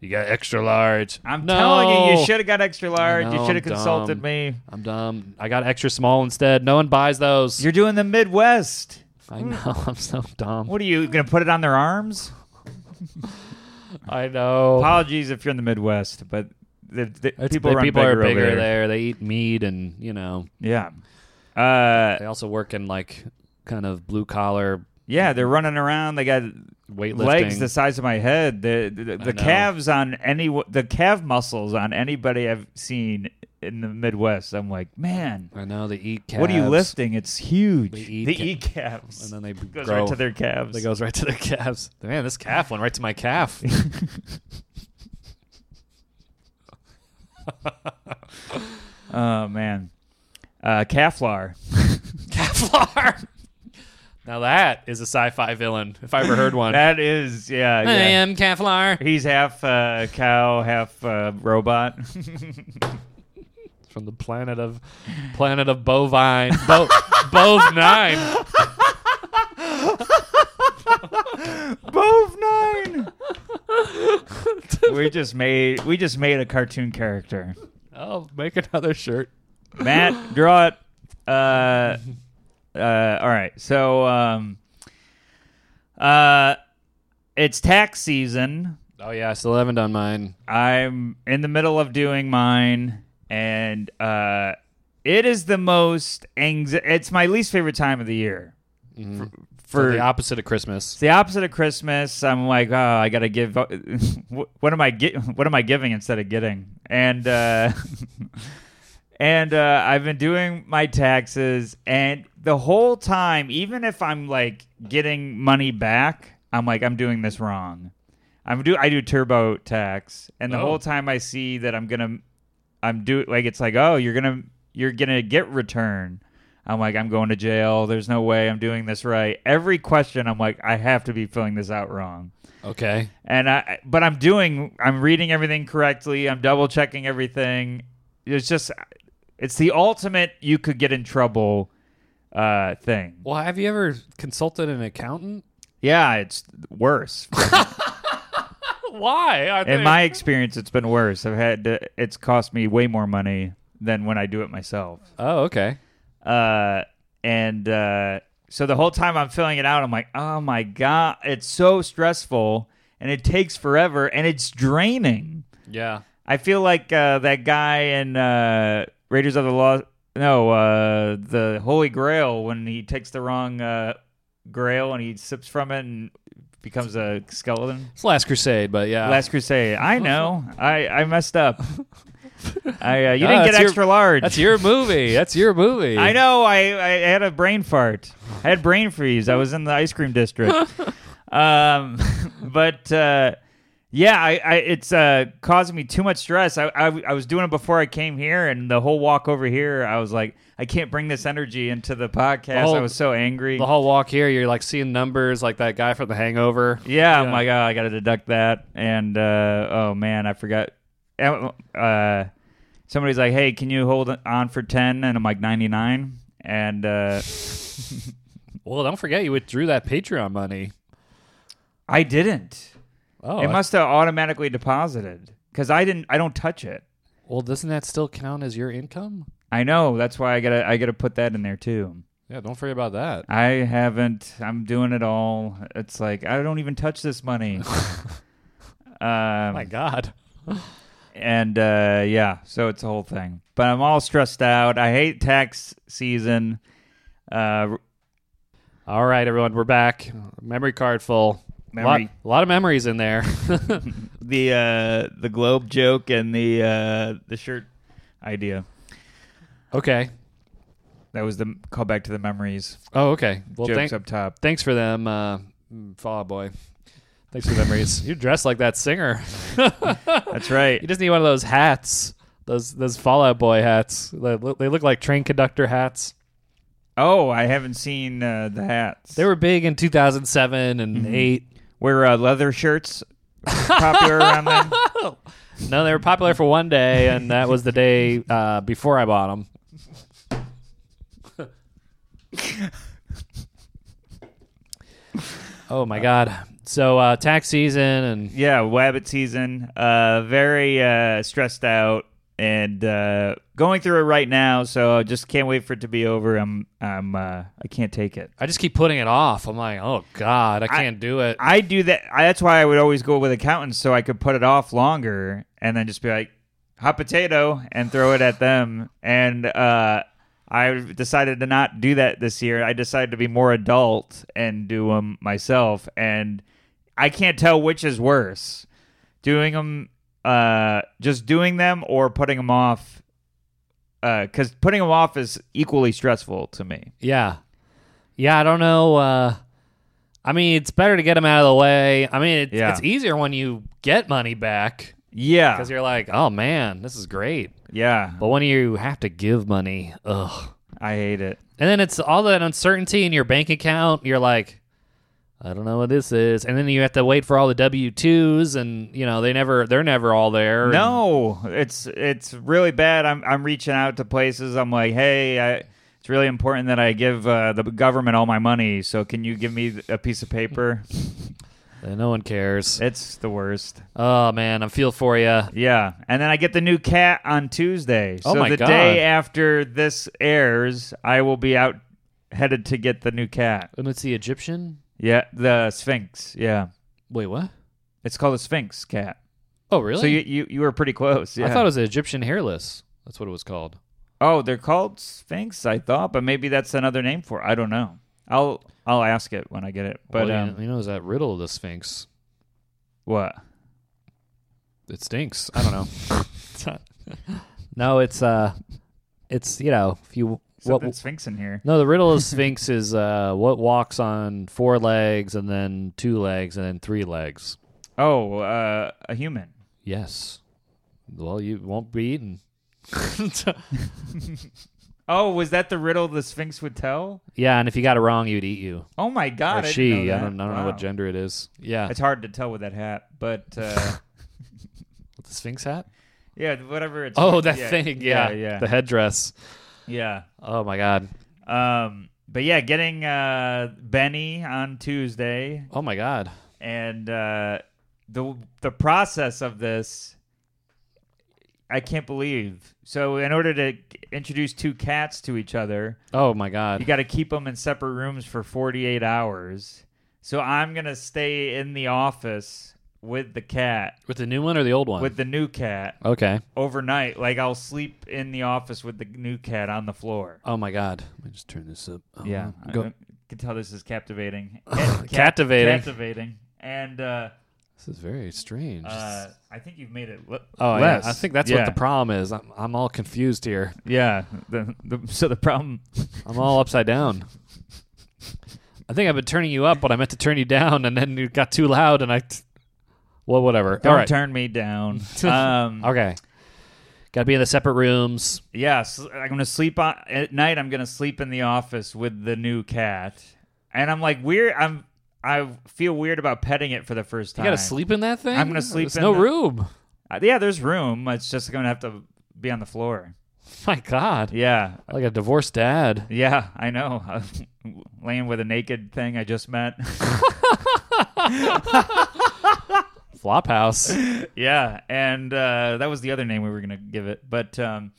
S1: You got extra large.
S2: I'm
S1: No.
S2: telling you, you should have got extra large.
S1: I
S2: you
S1: know,
S2: should have
S1: I'm
S2: consulted
S1: dumb.
S2: me.
S1: I'm dumb. I got extra small instead. No one buys those.
S2: You're doing the Midwest.
S1: I know. I'm so dumb.
S2: What are you going to put it on their arms?
S1: I know.
S2: Apologies if you're in the Midwest, but the, the,
S1: It's-
S2: people,
S1: the
S2: run
S1: people
S2: bigger
S1: are bigger
S2: over there.
S1: there. They eat meat, and you know,
S2: Yeah. Uh,
S1: they also work in like kind of blue collar
S2: yeah, they're running around. They got
S1: weightlifting.
S2: legs the size of my head. The the, the
S1: know.
S2: calves on any the calf muscles on anybody I've seen in the Midwest. I'm like, man,
S1: I know they eat. Calves,
S2: what are you lifting? It's huge.
S1: They eat
S2: they
S1: ca-
S2: eat calves.
S1: And then they
S2: goes
S1: grow.
S2: right to their calves.
S1: It goes right to their calves. Man, this calf went right to my calf.
S2: oh man, uh, Kevlar.
S1: Kevlar. Now that is a sci-fi villain, if I ever heard one.
S2: That is yeah.
S1: I
S2: yeah.
S1: am Kevlar
S2: He's half uh, cow, half uh, robot.
S1: from the planet of planet of bovine, Bo- bove nine.
S2: Both nine. we just made we just made a cartoon character.
S1: Oh, make another shirt.
S2: Matt, draw it. Uh, uh, all right. So, um, uh, it's tax season.
S1: Oh yeah, I still haven't done mine.
S2: I'm in the middle of doing mine, and uh, it is the most anxi- It's my least favorite time of the year. For,
S1: For the
S2: for
S1: opposite of Christmas.
S2: it's the opposite of Christmas. I'm like, oh, I gotta give. what am I get? What am I giving instead of getting? And uh, and uh, I've been doing my taxes, and the whole time, even if I'm like getting money back, I'm like, I'm doing this wrong. I'm do I do turbo tax, and the
S1: Oh.
S2: whole time I see that I'm gonna, I'm do like it's like, oh, you're gonna you're gonna get return. I'm like, I'm going to jail. There's no way I'm doing this right. Every question, I'm like, I have to be filling this out wrong.
S1: Okay.
S2: And I, but I'm doing, I'm reading everything correctly. I'm double checking everything. It's just, it's the ultimate you could get in trouble uh, thing.
S1: Well, have you ever consulted an accountant?
S2: Yeah, it's worse.
S1: Why? I
S2: in my experience, it's been worse. I've had, to, it's cost me way more money than when I do it myself.
S1: oh, okay.
S2: uh, and uh, so the whole time I'm filling it out, I'm like, oh my god, it's so stressful, and it takes forever, and it's draining.
S1: Yeah.
S2: I feel like uh, that guy in uh, Raiders of the Lost, no, uh, the Holy Grail when he takes the wrong uh, Grail and he sips from it and becomes a skeleton.
S1: It's Last Crusade, but yeah.
S2: Last Crusade. I know. I, I messed up. I uh, you
S1: No,
S2: didn't get
S1: that's your-
S2: extra large.
S1: That's your movie. That's your movie.
S2: I know. I, I had a brain fart. I had brain freeze. I was in the ice cream district. um, but uh, yeah, I, I it's uh, causing me too much stress. I, I I was doing it before I came here, and the whole walk over here, I was like, I can't bring this energy into the podcast.
S1: The whole-
S2: I was so angry.
S1: The whole walk here, you're like seeing numbers like that guy from The Hangover.
S2: yeah, I'm like, oh, I got to deduct that, and uh, oh man, I forgot. Uh, somebody's like, hey, can you hold on for ten? And I'm like, ninety nine, and. Uh,
S1: Well, don't forget you withdrew that Patreon money.
S2: I didn't.
S1: Oh,
S2: it
S1: I-
S2: must have automatically deposited because I didn't. I don't touch it.
S1: well, doesn't that still count as your income?
S2: I know. That's why I gotta. I gotta put that in there too.
S1: Yeah, don't forget about that.
S2: I haven't. I'm doing it all. It's like I don't even touch this money. um,
S1: My God.
S2: and uh, yeah, so it's a whole thing. But I'm all stressed out. I hate tax season. Uh,
S1: All right, everyone, we're back. Memory card full.
S2: Memory.
S1: Lot, lot of memories in there.
S2: the uh, the globe joke and the uh, the shirt idea.
S1: okay.
S2: That was the callback to the memories.
S1: Oh, okay. Well,
S2: jokes
S1: thank,
S2: up top.
S1: thanks for them, uh, Fall Out Boy. Thanks for the memories. You're dressed like that singer.
S2: That's right.
S1: You just need one of those hats. Those those Fallout Boy hats. They look, they look like train conductor hats.
S2: Oh, I haven't seen uh, the hats.
S1: They were big in 2007 and 8.
S2: were uh, leather shirts popular around then.
S1: No, they were popular for one day, and that was the day uh, before I bought them. Oh my god. So uh, tax season and
S2: Yeah, wabbit season. Uh, very uh, stressed out and uh, going through it right now. So I just can't wait for it to be over. I'm, I'm, uh, I can't take it.
S1: I just keep putting it off. I'm like, oh god, I can't do it.
S2: I do that. I, that's why I would always go with accountants so I could put it off longer and then just be like, hot potato and throw it at them. And uh, I decided to not do that this year. I decided to be more adult and do them myself. And I can't tell which is worse doing them, uh, just doing them or putting them off. Because putting them off is equally stressful to me.
S1: yeah, yeah. I don't know. Uh, I mean, it's better to get them out of the way. I mean, it,
S2: Yeah.
S1: it's easier when you get money back
S2: Yeah.
S1: because you're like, oh man, this is great.
S2: Yeah.
S1: But when you have to give money, ugh.
S2: I hate it.
S1: And then it's all that uncertainty in your bank account. You're like, I don't know what this is. And then you have to wait for all the W twos, and you know they never they're never all there. And-
S2: No, it's it's really bad. I'm I'm reaching out to places. I'm like, hey, I, it's really important that I give uh, the government all my money. So can you give me a piece of paper?
S1: and no one cares.
S2: it's the worst.
S1: Oh man, I feel for you.
S2: Yeah, and then I get the new cat on Tuesday.
S1: Oh
S2: so
S1: my
S2: the
S1: God.
S2: day after this airs, I will be out headed to get the new cat.
S1: And it's the Egyptian.
S2: Yeah, the Sphinx. Yeah,
S1: Wait, what?
S2: it's called a Sphinx cat.
S1: Oh really?
S2: So you, you you were pretty close. Yeah.
S1: I thought it was the Egyptian hairless. That's what it was called.
S2: Oh, they're called Sphinx, I thought, but maybe that's another name for it. I don't know. I'll I'll ask it when I get it. But
S1: Well, you
S2: um,
S1: know- you know, is that riddle of the Sphinx?
S2: what?
S1: It stinks. I don't know. no, it's uh, it's you know, if you
S2: What
S1: what
S2: Sphinx in here?
S1: No, the riddle of Sphinx is uh, what walks on four legs and then two legs and then three legs.
S2: Oh, uh, a human.
S1: Yes. Well, you won't be eaten.
S2: Oh, was that the riddle the Sphinx would tell?
S1: yeah, and if you got it wrong, you'd eat you.
S2: Oh my God!
S1: or
S2: I
S1: she.
S2: Didn't know
S1: I
S2: that.
S1: don't, I don't know what
S2: Wow.
S1: gender it is. Yeah.
S2: It's hard to tell with that hat, but uh,
S1: With the Sphinx hat?
S2: yeah, whatever it's.
S1: Oh, that
S2: yeah,
S1: thing. Yeah.
S2: yeah,
S1: The headdress.
S2: yeah.
S1: Oh, my God.
S2: yeah. Um, but yeah, getting uh, Benny on Tuesday.
S1: Oh, my God.
S2: and uh, the the process of this, I can't believe. So, in order to introduce two cats to each other,
S1: Oh, my
S2: you
S1: God.
S2: got to keep them in separate rooms for 48 hours. So, I'm gonna stay in the office with the cat,
S1: With the new one or the old one?
S2: with the new cat,
S1: okay.
S2: overnight. Like I'll sleep in the office with the new cat on the floor.
S1: Oh, my God. Let me just turn this up. Oh,
S2: Yeah,
S1: Go.
S2: I can tell this is captivating.
S1: Captivating.
S2: captivating, and. Uh,
S1: This is very strange.
S2: Uh, I think you've made it. Le-
S1: oh, yeah.
S2: less.
S1: I think that's
S2: Yeah.
S1: what the problem is. I'm, I'm all confused here.
S2: Yeah. The, the, so the problem.
S1: I'm all upside down. I think I've been turning you up, but I meant to turn you down, and then it got too loud, and I. T- well, whatever.
S2: Don't
S1: all right.
S2: turn me down. Um,
S1: Okay. Got to be in the separate rooms.
S2: Yeah. So I'm gonna sleep on at night. I'm gonna sleep in the office with the new cat, and I'm like weird. I'm. I feel weird about petting it for the first
S1: You
S2: time.
S1: got to sleep in that thing.
S2: I'm gonna sleep
S1: There's
S2: in
S1: no
S2: the-
S1: room.
S2: Uh, yeah, there's room. It's just gonna have to be on the floor.
S1: My God.
S2: Yeah.
S1: Like a divorced dad.
S2: Yeah, I know. Laying with a naked thing I just met.
S1: Flophouse.
S2: Yeah, and uh, that was the other name we were gonna give it, but um,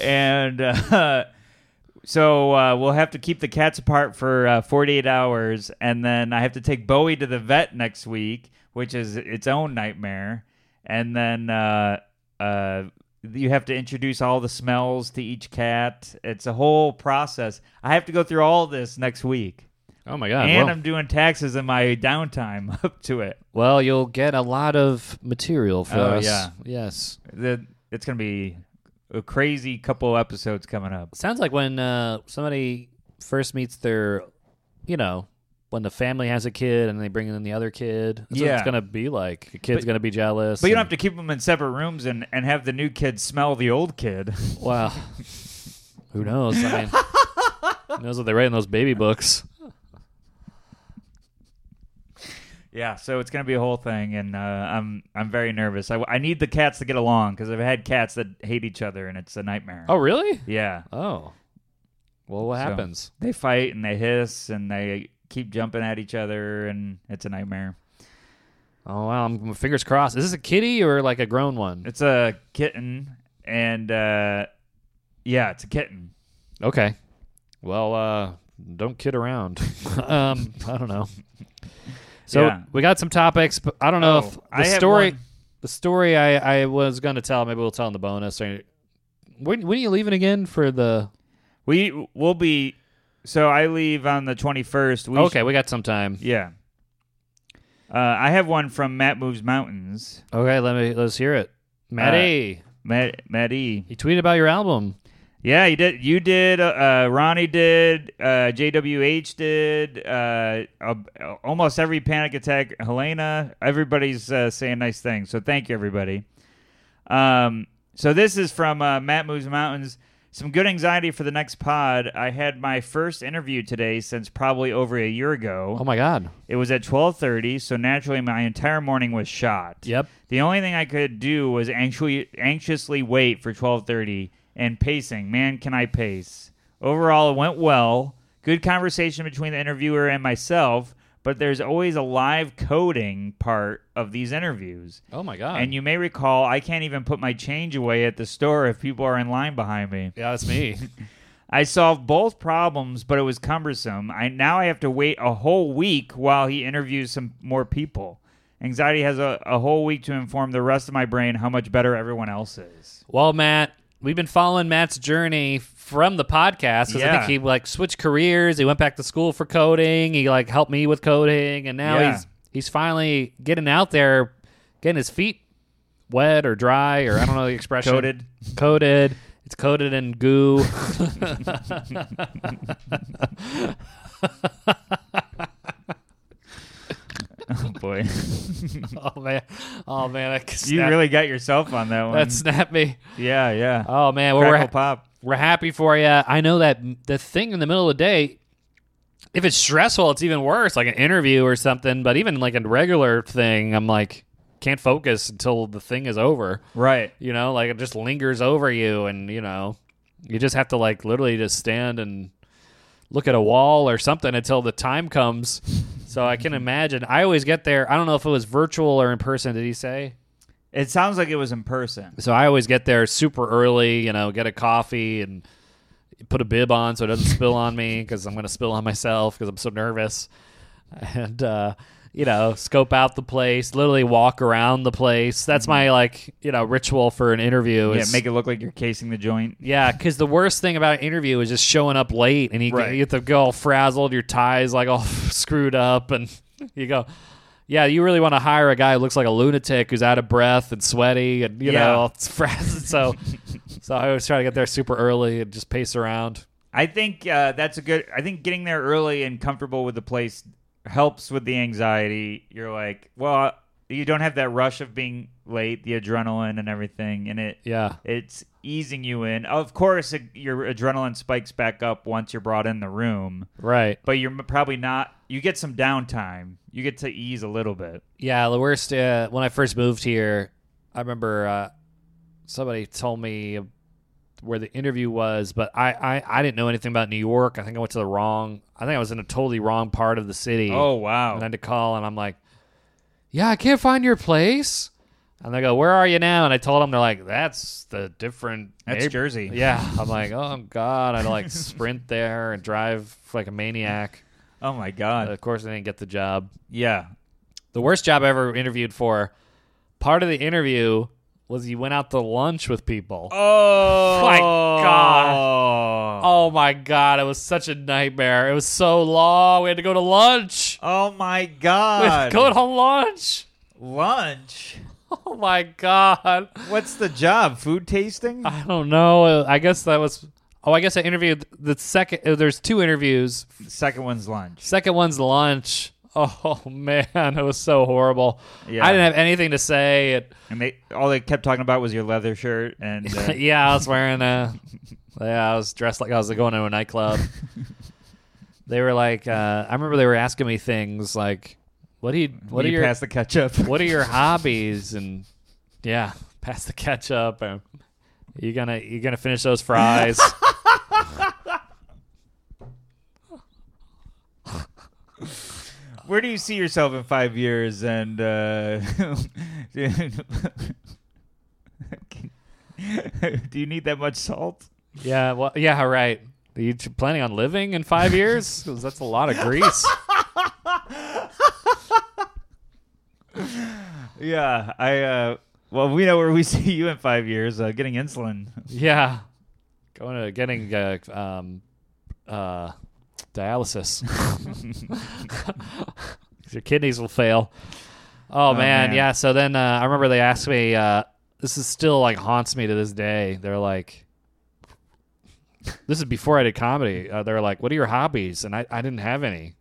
S2: and uh, so uh, we'll have to keep the cats apart for uh, 48 hours, and then I have to take Bowie to the vet next week, which is its own nightmare, and then uh, uh, you have to introduce all the smells to each cat. It's a whole process. I have to go through all this next week,
S1: Oh my God.
S2: and
S1: well,
S2: I'm doing taxes in my downtime up to it.
S1: well, you'll get a lot of material for
S2: Oh,
S1: us.
S2: yeah.
S1: Yes.
S2: the it's gonna be a crazy couple episodes coming up.
S1: Sounds like when uh, somebody first meets their, you know, when the family has a kid and they bring in the other kid. That's what
S2: Yeah.
S1: it's gonna be like. A kid's gonna be jealous.
S2: But you don't have to keep them in separate rooms and, and have the new kid smell the old kid.
S1: to. Well, who knows? I mean, who knows what they write in those baby books?
S2: yeah, so it's gonna be a whole thing, and uh, I'm I'm very nervous. I, I need the cats to get along because I've had cats that hate each other, and it's a nightmare.
S1: Oh, really?
S2: yeah,
S1: Oh, Well, what
S2: Oh, So,
S1: happens?
S2: They fight and they hiss and they keep jumping at each other and it's a nightmare.
S1: Oh wow, I'm fingers crossed. Is this a kitty or like a grown one?
S2: It's a kitten and uh yeah, it's a kitten.
S1: Okay. Well, uh, don't kid around. um, I don't know. So
S2: Yeah.
S1: we got some topics, but I don't know
S2: Oh,
S1: if the
S2: I have
S1: story,
S2: one.
S1: the story I, I was going to tell, maybe we'll tell in the bonus. Or, when, when are you leaving again for the?
S2: We will be so I leave on the 21st. We
S1: okay, we got some time.
S2: sh- yeah. Uh, I have one from Matt Moves Mountains.
S1: Okay, let me let's hear it. Matty,
S2: Matt, Matt E.
S1: you tweeted about your album.
S2: Yeah, you did. You did. Uh, uh, Ronnie did. Uh, JWH did. Uh, uh, almost every Panic Attack. Helena. Everybody's uh, saying nice things. So thank you, everybody. Um, so this is from uh, Matt Moves Mountains. Some good anxiety for the next pod. I had my first interview today since probably over a year ago.
S1: Oh my god.
S2: It was at 12:30, so naturally my entire morning was shot.
S1: Yep.
S2: The only thing I could do was anxiously anxiously wait for 12:30 and pacing. Man, can I pace? Overall, it went well. Good conversation between the interviewer and myself, but there's always a live coding part of these interviews.
S1: Oh my god.
S2: And you may recall, I can't even put my change away at the store if people are in line behind me.
S1: yeah, that's me.
S2: I solved both problems, but it was cumbersome. I now I have to wait a whole week while he interviews some more people. Anxiety has a, a whole week to inform the rest of my brain how much better everyone else is.
S1: Well, Matt, we've been following Matt's journey from the podcast because I
S2: Yeah.
S1: think he like switched careers. He went back to school for coding. He like helped me with coding, and now
S2: Yeah.
S1: he's he's finally getting out there, getting his feet wet or dry or I don't know the expression.
S2: Coded.
S1: Coated. It's coated in goo.
S2: Oh boy.
S1: oh man. Oh man. That snapped,
S2: you really got yourself on that one.
S1: that snapped me.
S2: yeah, yeah.
S1: Oh man. Well,
S2: Crackle
S1: we're,
S2: pop.
S1: We're happy for you. I know that the thing in the middle of the day, if it's stressful, it's even worse, like an interview or something. But even like a regular thing, I'm like, can't focus until the thing is over.
S2: Right.
S1: You know, like it just lingers over you, and you know, you just have to like literally just stand and look at a wall or something until the time comes. So I can imagine. I always get there. I don't know if it was virtual or in person. Did he say?
S2: It sounds like it was in person.
S1: So I always get there super early, you know, get a coffee and put a bib on so it doesn't spill on me because I'm going to spill on myself because I'm so nervous. And, uh, you know, scope out the place, literally walk around the place. That's my, like, you know, ritual for an interview.
S2: Mm-hmm. Yeah,
S1: is-
S2: make it look like you're casing the joint.
S1: yeah, because the worst thing about an interview is just showing up late, and you,
S2: Right.
S1: you have to go all frazzled, your ties like all screwed up, and you go, yeah, you really want to hire a guy who looks like a lunatic who's out of breath and sweaty, and you
S2: Yeah.
S1: know, all frazzled. So, so I always try to get there super early and just pace around.
S2: I think uh, that's a good. I think getting there early and comfortable with the place helps with the anxiety. You're like, well, uh, you don't have that rush of being late, the adrenaline and everything, and it
S1: Yeah,
S2: it's easing you in. Of course, it, your adrenaline spikes back up once you're brought in the room,
S1: right.
S2: but you're probably not. You get some downtime. You get to ease a little bit.
S1: Yeah, the worst. Uh, when I first moved here, I remember uh, somebody told me where the interview was, but I, I, I didn't know anything about New York. I think I went to the wrong. I think I was in a totally wrong part of the city.
S2: Oh wow!
S1: and I had to call, and I'm like, "Yeah, I can't find your place." And they go, "Where are you now?" And I told them, they're like, "That's the different.
S2: that's
S1: neighbor-"
S2: Jersey.
S1: Yeah, I'm like, "Oh God!" I had to like sprint there and drive like a maniac.
S2: Oh my
S1: And
S2: god.
S1: of course, I didn't get the job
S2: yeah.
S1: the worst job I ever interviewed for. Part of the interview was you went out to lunch with people. Oh,
S2: Oh
S1: My God. Oh my god, it was such a nightmare. It was so long. We had to go to lunch.
S2: Oh my
S1: We had
S2: god.
S1: to go to lunch.
S2: Lunch.
S1: Oh my god.
S2: What's the job? Food tasting?
S1: I don't know. I guess that was. Oh, I guess I interviewed the second. uh, There's two interviews.
S2: Second one's lunch.
S1: Second one's lunch. Oh man, it was so horrible.
S2: Yeah.
S1: I didn't have anything to say. It,
S2: And they all they kept talking about was your leather shirt and uh,
S1: yeah, I was wearing a. Yeah, I was dressed like I was going to a nightclub. they were like, uh, I remember they were asking me things like, "What do you? What
S2: you
S1: are your?
S2: pass the ketchup.
S1: What are your hobbies?" And yeah, pass the ketchup. And you gonna you gonna finish those fries?
S2: Where do you see yourself in five years? And uh, do you need that much salt?
S1: Yeah, well, yeah, right. Are you t- planning on living in five years? 'Cause that's a lot of grease.
S2: Yeah, I. Uh, well, we know where we see you in five years. Uh, getting insulin.
S1: yeah, going to getting uh, um, uh, dialysis. 'Cause Your kidneys will fail. Oh, man,
S2: man.
S1: yeah. So then uh, I remember they asked me. Uh, this is still like haunts me to this day. They're like. This is before I did comedy. Uh, they're like, "What are your hobbies?" And I, I didn't have any.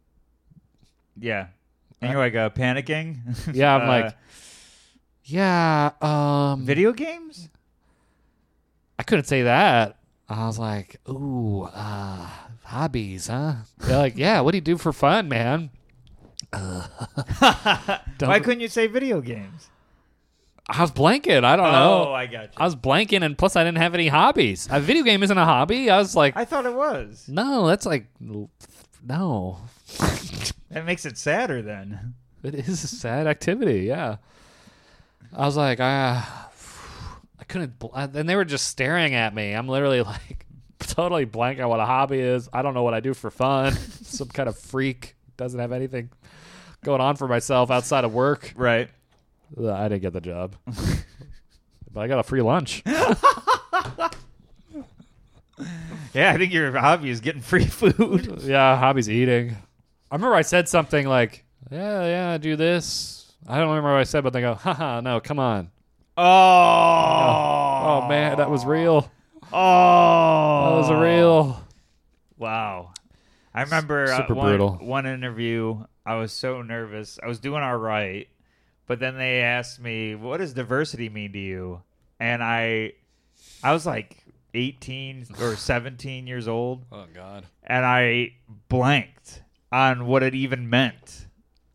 S2: Yeah. And you're like uh, panicking.
S1: Yeah, I'm
S2: Uh,
S1: like, yeah, um,
S2: video games.
S1: I couldn't say that. I was like, ooh, uh, hobbies, huh? They're like, yeah, what do you do for fun, man? Don't-
S2: Why couldn't you say video games?
S1: I was blanking. I don't
S2: Oh,
S1: know. I,
S2: I got you.
S1: was blanking, and plus, I didn't have any hobbies. A video game isn't a hobby. I was like,
S2: I thought it was.
S1: no, that's like, no,
S2: That makes it sadder then.
S1: it is a sad activity. Yeah. I was like, ah, I couldn't. Bl- and they were just staring at me. I'm literally like totally blank on what a hobby is. I don't know what I do for fun. Some kind of freak doesn't have anything going on for myself outside of work.
S2: Right.
S1: Ugh, I didn't get the job, but I got a free lunch.
S2: Yeah, I think your hobby is getting free food.
S1: yeah, hobbies eating. I remember I said something like, yeah, yeah, I do this. I don't remember what I said, but they go, haha, no, come on.
S2: oh.
S1: Oh,
S2: Oh
S1: man, that was real.
S2: Oh.
S1: That was real.
S2: Wow. I remember
S1: Super
S2: uh, one,
S1: brutal.
S2: one interview. I was so nervous. I was doing all right, but then they asked me, "What does diversity mean to you?" And I, I was like 18 or 17 years old,
S1: Oh God.
S2: and I blanked on what it even meant,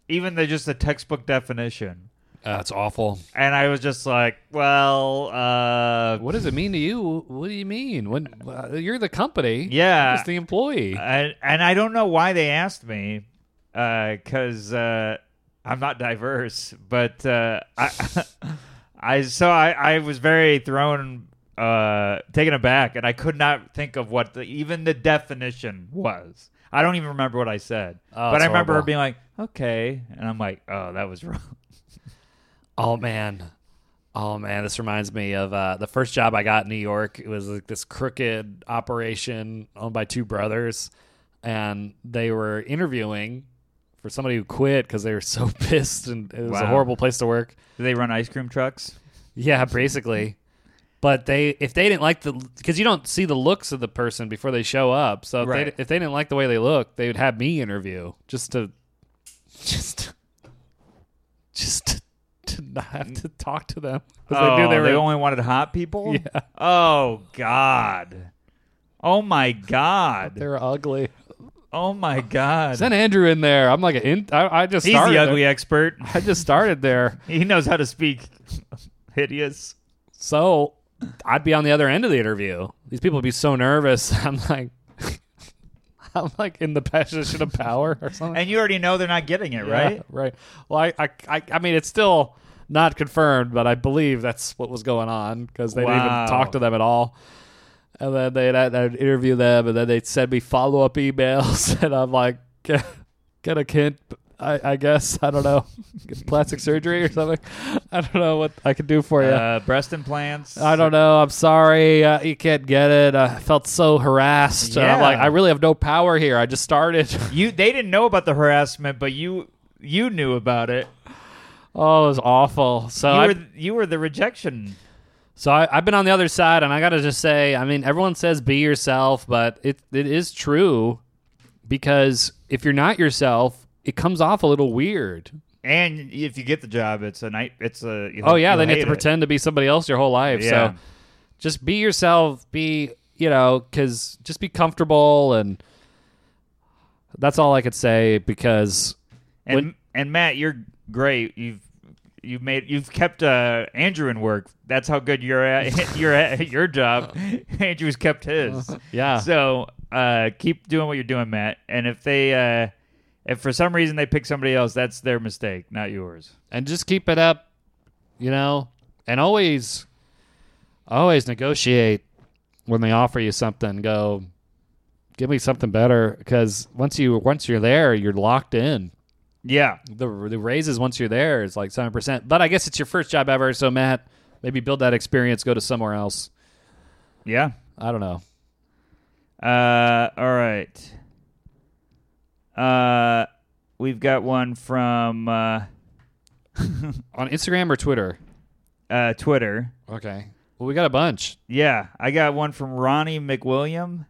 S2: even the just the textbook definition.
S1: That's awful.
S2: And I was just like, "Well, uh,
S1: What does it mean to you? What do you mean? When uh, you're the company,
S2: Yeah.
S1: you're just the employee.
S2: and, and I don't know why they asked me, because uh, I'm not diverse. But uh, I, I so I, I was very thrown, uh, taken aback, and I could not think of what the, even the definition was. I don't even remember what I said,
S1: Oh,
S2: but
S1: it's
S2: I remember
S1: horrible.
S2: being like, "Okay," and I'm like, "Oh, that was wrong."
S1: Oh man. Oh man, this reminds me of uh, the first job I got in New York. It was like this crooked operation owned by two brothers, and they were interviewing for somebody who quit because they were so pissed, and it was a
S2: Wow.
S1: horrible place to work.
S2: Do they run ice cream trucks?
S1: Yeah, basically. But they, if they didn't like the, because you don't see the looks of the person before they show up. So if,
S2: Right.
S1: they, if they didn't like the way they look, they would have me interview just to, just, just to, to not have to talk to them 'Cause
S2: oh,
S1: they knew they were.
S2: only wanted hot people.
S1: Yeah.
S2: Oh God. Oh my God.
S1: they were ugly.
S2: Oh my God.
S1: Send Andrew in there. I'm like an. In, I, I just
S2: He's
S1: started.
S2: the ugly
S1: there.
S2: expert.
S1: I just started there,
S2: He knows how to speak hideous.
S1: so I'd be on the other end of the interview. These people would be so nervous. I'm like, I'm like in the position of power or something.
S2: And you already know they're not getting it,
S1: Yeah,
S2: right?
S1: Right. Well, I, I, I, I mean, it's still not confirmed, but I believe that's what was going on because they didn't
S2: Wow.
S1: even talk to them at all. And then they'd, I'd interview them, and then they'd send me follow up emails, and I'm like, get, get a kid, I, I guess. I don't know. Get plastic surgery or something. I don't know what I can do for you.
S2: Uh, breast implants.
S1: Oh, I don't know. I'm sorry. Uh, you can't get it. I felt so harassed. And I'm
S2: Yeah.
S1: like, I really have no power here. I just started.
S2: You they didn't know about the harassment, but you you knew about it.
S1: oh, it was awful. So
S2: You
S1: I,
S2: were you were the rejection.
S1: So I, I've been on the other side, and I gotta just say, I mean, everyone says be yourself, but it it is true because if you're not yourself, it comes off a little weird.
S2: And if you get the job, it's a night. It's a you'll-
S1: Oh yeah,
S2: you'll
S1: then you have
S2: hate
S1: to
S2: it.
S1: pretend to be somebody else your whole life.
S2: Yeah.
S1: So just be yourself. Be you know, because just be comfortable, and that's all I could say. Because
S2: And
S1: When-
S2: and Matt, you're great. You've you've made you've kept uh, Andrew in work. That's how good you're at you're at your job. Andrew's kept his.
S1: yeah,
S2: So uh, keep doing what you're doing, Matt. And if they uh, If for some reason they pick somebody else, that's their mistake, not yours.
S1: and just keep it up, you know, and always, always negotiate when they offer you something. Go, give me something better, because once you once you're there, you're locked in.
S2: Yeah.
S1: The the raises once you're there is like seven percent, but I guess it's your first job ever, so Matt, maybe build that experience, go to somewhere else.
S2: Yeah.
S1: I don't know.
S2: Uh, all right. Uh, we've got one from uh,
S1: On Instagram or Twitter.
S2: uh, Twitter.
S1: Okay. Well, we got a bunch.
S2: Yeah, I got one from Ronnie McWilliam.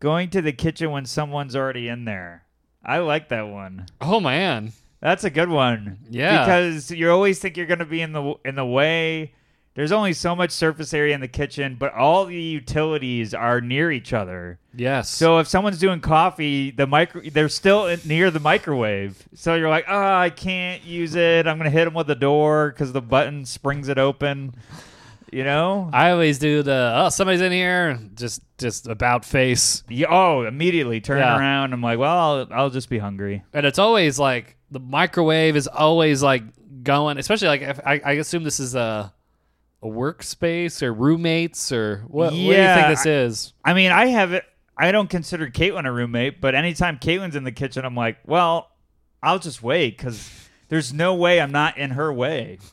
S2: Going to the kitchen when someone's already in there. I like that one.
S1: Oh man.
S2: That's a good one.
S1: Yeah.
S2: because you always think you're going to be in the in the way. There's only so much surface area in the kitchen, but all the utilities are near each other.
S1: Yes.
S2: So if someone's doing coffee, the micro they're still in- near the microwave. So you're like, oh, I can't use it. I'm gonna hit them with the door because the button springs it open. You know?
S1: I always do the oh somebody's in here just just about face
S2: Yeah, oh, immediately turn
S1: Yeah.
S2: around. I'm like, well, I'll, I'll just be hungry.
S1: and it's always like the microwave is always like going especially like if, I, I assume this is a a workspace or roommates or what, what do you think
S2: Yeah,
S1: this
S2: I-
S1: is
S2: I mean, I have it. I don't consider Caitlin a roommate, but anytime Caitlin's in the kitchen, I'm like, well, I'll just wait because there's no way I'm not in her way. 'Cause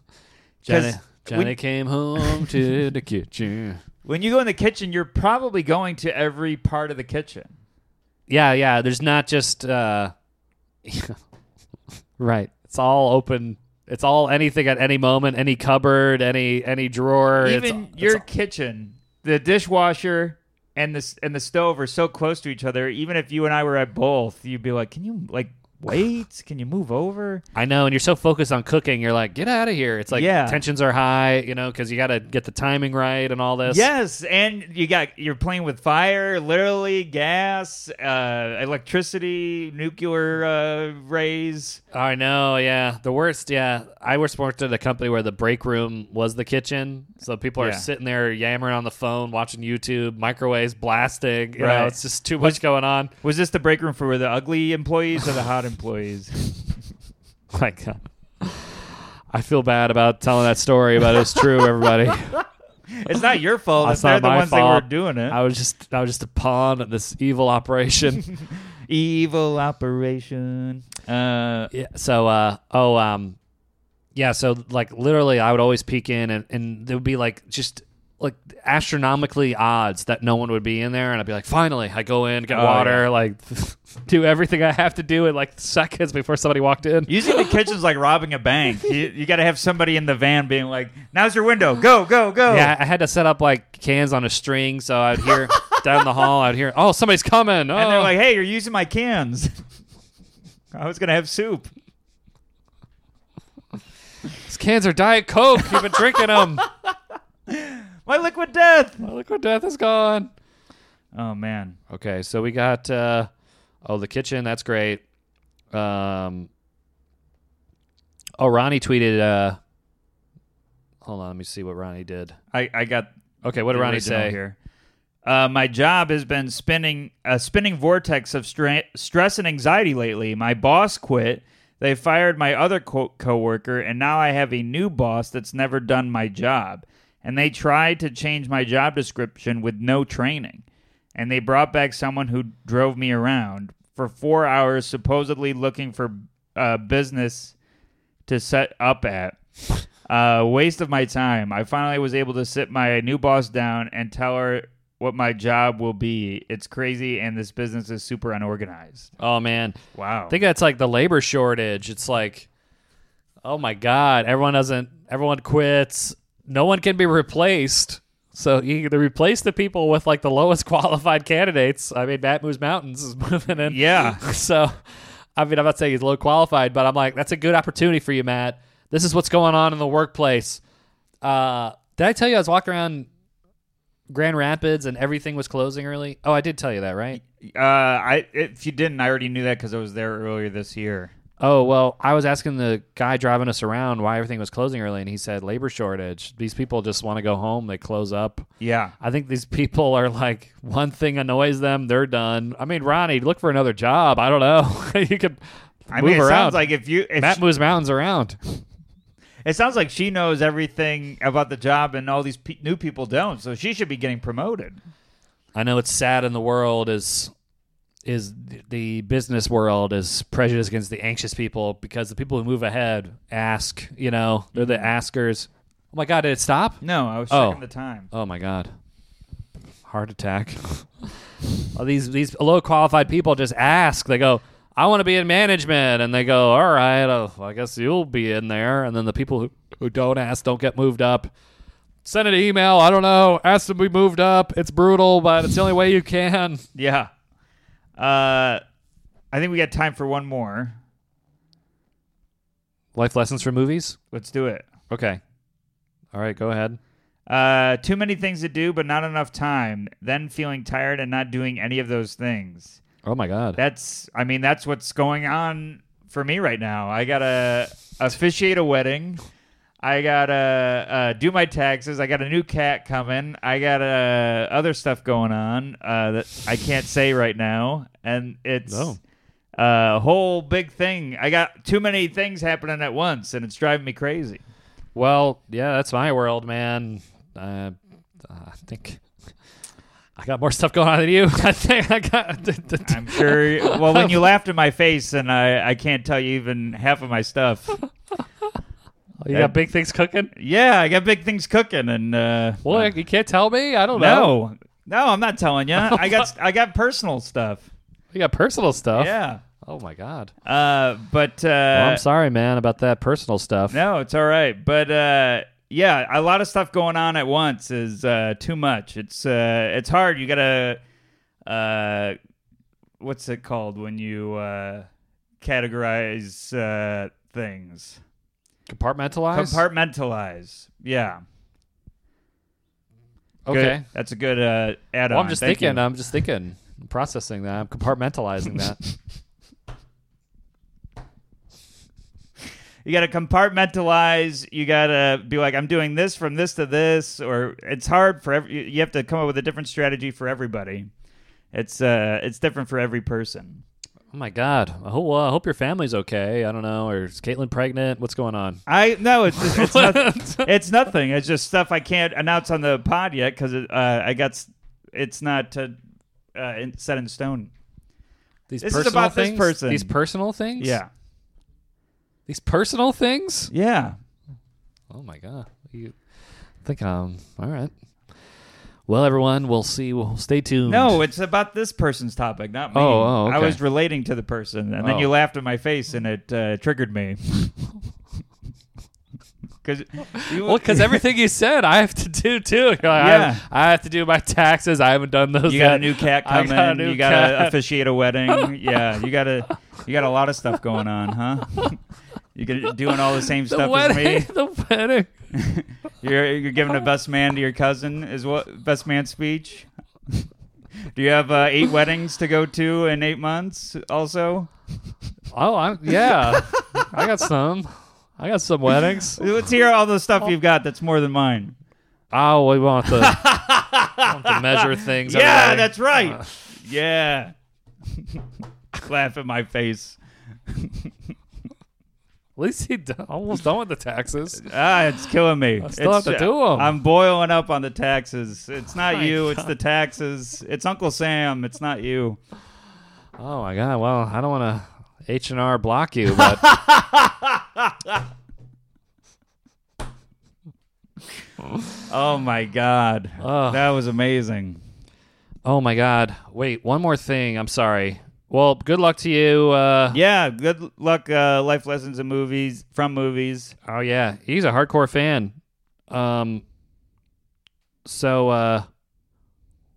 S1: Johnny, Johnny
S2: when-
S1: came home to the kitchen
S2: When you go in the kitchen, you're probably going to every part of the kitchen.
S1: yeah yeah there's not just uh right it's all open it's all anything at any moment any cupboard any any drawer It's-
S2: Even
S1: it's,
S2: your kitchen, the dishwasher and the s- and the stove are so close to each other. Even if you and I were at both, you'd be like, "Can you like wait? Can you move over?"
S1: I know, and you're so focused on cooking, you're like, get out of here. It's like
S2: Yeah.
S1: tensions are high, you know, because you got to get the timing right and all this.
S2: Yes, and you got you're playing with fire, literally gas, uh, electricity, nuclear uh, rays.
S1: I know. Yeah, the worst. Yeah, I was worked at a company where the break room was the kitchen, so people are
S2: Yeah.
S1: sitting there yammering on the phone, watching YouTube, microwaves blasting. You know,
S2: Right.
S1: it's just too much going on.
S2: Was this the break room for the ugly employees or the hot employees?
S1: Oh My God. I feel bad about telling that story, but it's true, everybody.
S2: It's not your fault.
S1: That's
S2: if they're
S1: not
S2: the
S1: my
S2: ones
S1: fault.
S2: that were doing it.
S1: I was just I was just a pawn in this evil operation.
S2: Evil operation. Uh,
S1: Yeah. So, uh, oh, um, yeah. So, like, literally, I would always peek in, and, and there would be like just like astronomically odds that no one would be in there, and I'd be like, finally, I go in, get
S2: Oh,
S1: water, like, do everything I have to do in like seconds before somebody walked in.
S2: Using the kitchen's like robbing a bank. You, you got to have somebody in the van being like, "Now's your window. Go, go, go."
S1: Yeah, I had to set up like cans on a string, so I'd hear down the hall, I'd hear, oh, somebody's coming. Oh.
S2: And they're like, "Hey, you're using my cans. I was gonna have soup."
S1: these cans are Diet Coke. You've been drinking them.
S2: My liquid death.
S1: Liquid death is gone.
S2: Oh man.
S1: Okay, so we got uh oh the kitchen, that's great. Um Oh, Ronnie tweeted uh Hold on, let me see what Ronnie did.
S2: I, I got
S1: Okay, what did
S2: the
S1: Ronnie
S2: original
S1: say?
S2: here. Uh, my job has been spinning a spinning vortex of stra- stress and anxiety lately. My boss quit. They fired my other co- coworker, and now I have a new boss that's never done my job. And they tried to change my job description with no training. And they brought back someone who drove me around for four hours, supposedly looking for uh, business to set up at. Uh, waste of my time. I finally was able to sit my new boss down and tell her what my job will be. It's crazy, and this business is super unorganized.
S1: Oh man.
S2: Wow.
S1: I think that's like the labor shortage. It's like Oh my god, everyone doesn't everyone quits. No one can be replaced. So you either replace the people with like the lowest qualified candidates. I mean, Matt Moves Mountains is moving in.
S2: yeah.
S1: so I mean, I'm not saying he's low qualified, but I'm like, that's a good opportunity for you, Matt. This is what's going on in the workplace. Uh, did I tell you I was walking around Grand Rapids and everything was closing early? Oh, I did tell you that, right?
S2: Uh, I if you didn't, I already knew that because I was there earlier this year.
S1: oh well, I was asking the guy driving us around why everything was closing early, and he said labor shortage. These people just want to go home. They close up.
S2: Yeah.
S1: I think these people are like one thing annoys them, they're done. I mean, Ronnie, look for another job. I don't know. you could move
S2: I mean, it
S1: around.
S2: sounds like if you if
S1: Matt
S2: she-
S1: moves mountains around.
S2: it sounds like she knows everything about the job, and all these pe- new people don't. So she should be getting promoted.
S1: I know it's sad in the world is is th- the business world is prejudiced against the anxious people because the people who move ahead ask, you know, they're
S2: Mm-hmm.
S1: the askers. Oh my god, did it stop?
S2: No, I was
S1: Oh.
S2: checking the time.
S1: Oh my god. Heart attack. All these these low qualified people just ask. They go, "I want to be in management." And they go, "All right, oh, I guess you'll be in there." And then the people who, who don't ask don't get moved up. Send an email, I don't know, ask to be moved up. It's brutal, but it's the only way you can.
S2: Yeah. Uh, I think we got time for one more.
S1: Life lessons from movies?
S2: Let's do it.
S1: Okay. All right, go ahead.
S2: Uh, too many things to do, but not enough time. Then feeling tired and not doing any of those things.
S1: Oh my god.
S2: That's, I mean, that's what's going on for me right now. I gotta officiate a wedding. I gotta uh, do my taxes. I got a new cat coming. I got uh, other stuff going on uh, that I can't say right now, and it's uh,
S1: No.
S2: a whole big thing. I got too many things happening at once, and it's driving me crazy.
S1: Well, yeah, that's my world, man. Uh, I think I got more stuff going on than you. I think I got.
S2: I'm sure. Well, when you laughed in my face, and I, I can't tell you even half of my stuff.
S1: you got big things cooking.
S2: Yeah, I got big things cooking, and uh,
S1: Well, you can't tell me. I don't know.
S2: no, no, I'm not telling you. I got I got personal stuff.
S1: You got personal stuff.
S2: Yeah,
S1: Oh my god.
S2: uh, but uh,
S1: Well, I'm sorry, man, about that personal stuff.
S2: no, it's all right. But uh, yeah, a lot of stuff going on at once is uh, too much. It's uh, it's hard. You gotta uh, what's it called when you uh, categorize uh, things.
S1: Compartmentalize.
S2: Compartmentalize. Yeah. Good.
S1: okay.
S2: That's a good uh, add-on.
S1: Well, I'm just
S2: Thank
S1: thinking. uh,
S2: you.
S1: I'm just thinking. I'm processing that. I'm compartmentalizing that.
S2: You got to compartmentalize. You got to be like, I'm doing this from this to this, or it's hard for every. you- You have to come up with a different strategy for everybody. It's uh, it's different for every person.
S1: Oh my god. I hope, well, I hope your family's okay. I don't know. Or is Caitlin pregnant? What's going on?
S2: I no, it's just, it's, nothing, it's nothing. It's just stuff I can't announce on the pod yet because uh, I got s- it's not uh, uh, in- set in stone.
S1: These
S2: This is
S1: personal
S2: about this
S1: things.
S2: person.
S1: These personal things.
S2: Yeah,
S1: These personal things.
S2: yeah.
S1: Oh my god! You think um? All right. Well, everyone, we'll see. We'll stay tuned.
S2: No, it's about this person's topic, not me.
S1: Oh, oh, okay.
S2: I was relating to the person, and then
S1: Oh.
S2: you laughed in my face, and it uh, triggered me. Because
S1: well, because everything you said, I have to do too. You're like, I,
S2: Yeah.
S1: have, I have to do my taxes. I haven't done those.
S2: you got a
S1: yet.
S2: new cat
S1: I
S2: coming,
S1: got a new
S2: you got to
S1: cat.
S2: officiate a wedding. yeah, you got to you got a lot of stuff going on, huh? you got doing all the same
S1: the
S2: stuff
S1: wedding.
S2: as me.
S1: The wedding.
S2: You're you're giving a best man to your cousin is what best man speech. Do you have uh, eight weddings to go to in eight months? Also,
S1: Oh, I'm, yeah. I got some. I got some weddings.
S2: Let's hear all the stuff you've got that's more than mine.
S1: Oh, we want to, want to measure things. every
S2: Yeah,
S1: wedding.
S2: that's right.
S1: Uh.
S2: yeah. Laugh in my face.
S1: At least he d- almost done with the taxes.
S2: Ah, it's killing me. I
S1: still have to do 'em.
S2: I'm boiling up on the taxes. It's not
S1: my
S2: you, it's the taxes. It's Uncle Sam, it's not you.
S1: Oh my god! Well, I don't want to H and R block you, but
S2: Oh my god.
S1: Ugh.
S2: That was amazing.
S1: oh my god! Wait, one more thing. I'm sorry. Well, good luck to you. Uh,
S2: Yeah, good luck uh, life lessons and movies from movies.
S1: Oh yeah, he's a hardcore fan. Um. So, uh,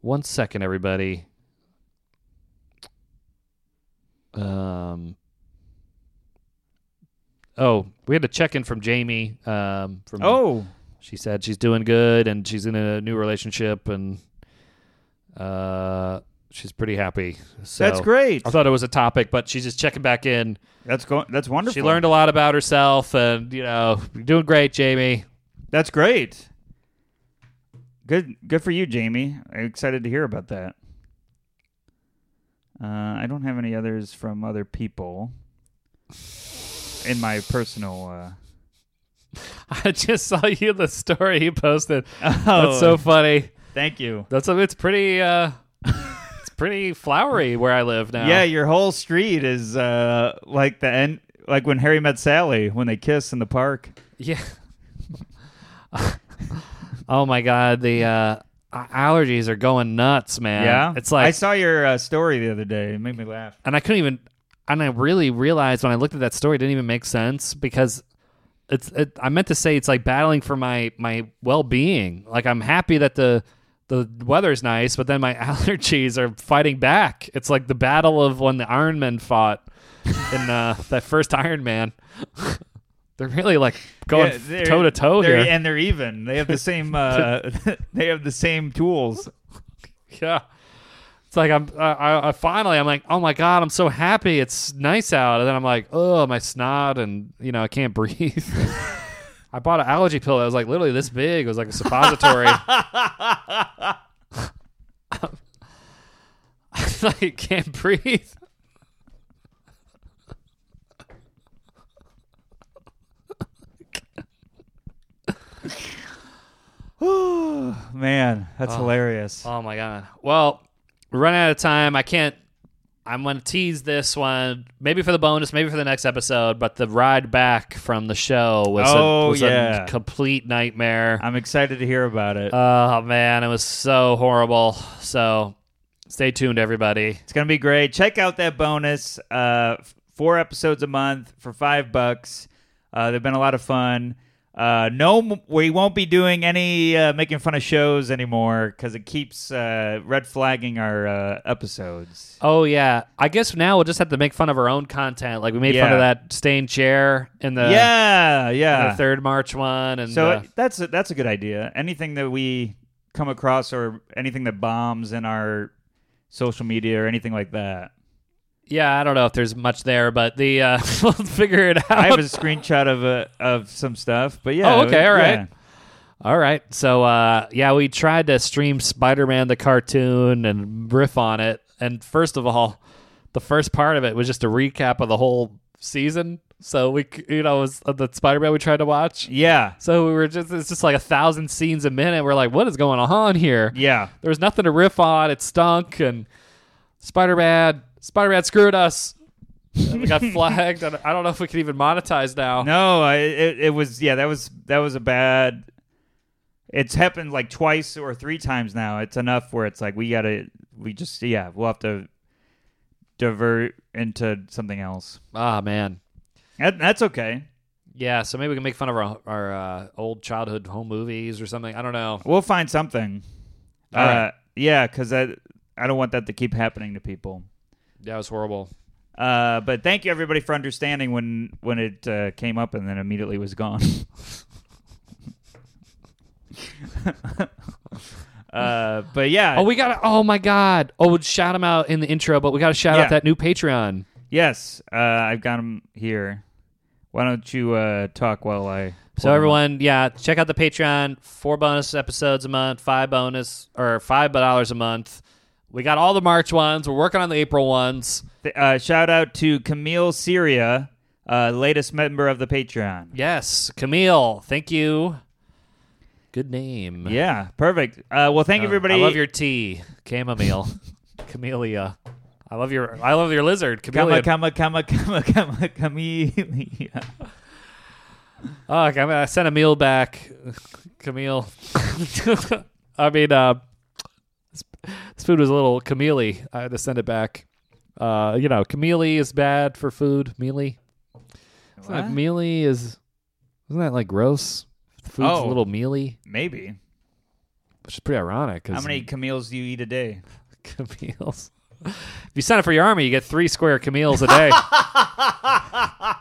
S1: one second, everybody. Um. Oh, we had a check in from Jamie. Um, from
S2: Oh,
S1: she said she's doing good and she's in a new relationship and uh she's pretty happy. So
S2: That's great.
S1: I thought it was a topic, but she's just checking back in.
S2: That's go- that's wonderful.
S1: She learned a lot about herself, and you know, you're doing great, Jamie.
S2: That's great. Good good for you, Jamie. I'm excited to hear about that. Uh, I don't have any others from other people in my personal. Uh...
S1: I just saw you the story you posted.
S2: Oh,
S1: That's so funny.
S2: thank you.
S1: That's it's pretty. uh It's pretty flowery where I live now.
S2: Yeah, your whole street is uh, like the end, like when Harry met Sally when they kiss in the park.
S1: Yeah. oh my god, the uh, allergies are going nuts, man.
S2: yeah,
S1: it's like
S2: I saw your uh, story the other day. It made me laugh.
S1: and I couldn't even, and I really realized when I looked at that story, it didn't even make sense because it's. It, I meant to say it's like battling for my my well being. Like I'm happy that the the weather's nice, but then my allergies are fighting back. It's like the battle of when the Iron Man fought in uh, that first Iron Man. They're really like going
S2: Yeah, they're-
S1: toe to toe
S2: they're-
S1: here.
S2: and they're even. They have the same. Uh, they have the same tools.
S1: Yeah. It's like I'm. I, I, I finally I'm like, oh my god, I'm so happy. It's nice out, and then I'm like, oh, my snot, and you know I can't breathe. I bought an allergy pill that was like literally this big. It was like a suppository. I like can't breathe.
S2: Man, that's hilarious.
S1: Oh my god. Well, we run out of time. I can't. I'm going to tease this one, maybe for the bonus, maybe for the next episode. But the ride back from the show was,
S2: Oh,
S1: a, was
S2: yeah.
S1: a complete nightmare.
S2: I'm excited to hear about it.
S1: Oh man, it was so horrible. So stay tuned, everybody.
S2: it's gonna be great. Check out that bonus. Uh, f- four episodes a month for five bucks. Uh, they've been a lot of fun. Uh, no, m- we won't be doing any uh, making fun of shows anymore because it keeps uh, red flagging our uh, episodes.
S1: Oh yeah, I guess now we'll just have to make fun of our own content. Like we made fun
S2: Yeah.
S1: of that stained chair in the
S2: yeah,
S1: in
S2: yeah.
S1: the Uh, third March one, and
S2: So
S1: uh,
S2: that's a, that's a good idea. Anything that we come across or anything that bombs in our social media or anything like that.
S1: yeah, I don't know if there's much there, but the uh, we'll figure it out.
S2: I have a screenshot of a, of some stuff, but yeah.
S1: Oh, okay, all
S2: yeah.
S1: right. All right, so uh, yeah, we tried to stream Spider-Man the cartoon and riff on it. And first of all, the first part of it was just a recap of the whole season. So we, c- you know, it was uh, the Spider-Man we tried to watch.
S2: Yeah.
S1: So we were just it's just like a thousand scenes a minute. We're like, what is going on here?
S2: Yeah.
S1: There was nothing to riff on. It stunk and Spider Man Spider Man screwed us. And we got flagged. And I don't know if we can even monetize now.
S2: No, I, it, it was yeah, that was that was a bad it's happened like twice or three times now. It's enough where it's like we got to we just yeah, we'll have to divert into something else.
S1: Ah man.
S2: That, that's okay.
S1: Yeah, so maybe we can make fun of our, our uh, old childhood home movies or something. I don't know.
S2: We'll find something.
S1: All
S2: uh,
S1: right.
S2: Yeah, because I, I don't want that to keep happening to people.
S1: That was horrible.
S2: Uh, but thank you everybody for understanding when when it uh, came up and then immediately was gone. uh, but yeah,
S1: Oh, we got to Oh my god. Oh, we'll shout him out in the intro, but we got to shout
S2: Yeah.
S1: out that new Patreon.
S2: yes, uh, I've got him here. Why don't you uh, talk while I?
S1: So everyone, yeah, check out the Patreon. Four bonus episodes a month, five bonus or five dollars a month. We got all the March ones. We're working on the April ones.
S2: Th- Uh, shout out to Camille Syria, uh, latest member of the Patreon.
S1: Yes, Camille, thank you. Good name.
S2: Yeah, perfect. Uh, well, thank you everybody.
S1: Oh, I love your tea, chamomile, camellia. I love your I love your lizard,
S2: Comma,
S1: chameleon.
S2: comma, comma, comma, comma, comma.
S1: Oh, okay, I'm gonna send a meal back, Camille. I mean, uh, this food was a little camille I had to send it back. Uh, you know, camille is bad for food. Mealy, Isn't that
S2: What?
S1: mealy is isn't that like gross? The food's
S2: Oh.
S1: a little mealy,
S2: Maybe.
S1: which is pretty ironic. 'cause
S2: How many Camille's do you eat a day?
S1: Camille's? If you sign up for your army, you get three square Camille's a day.
S2: I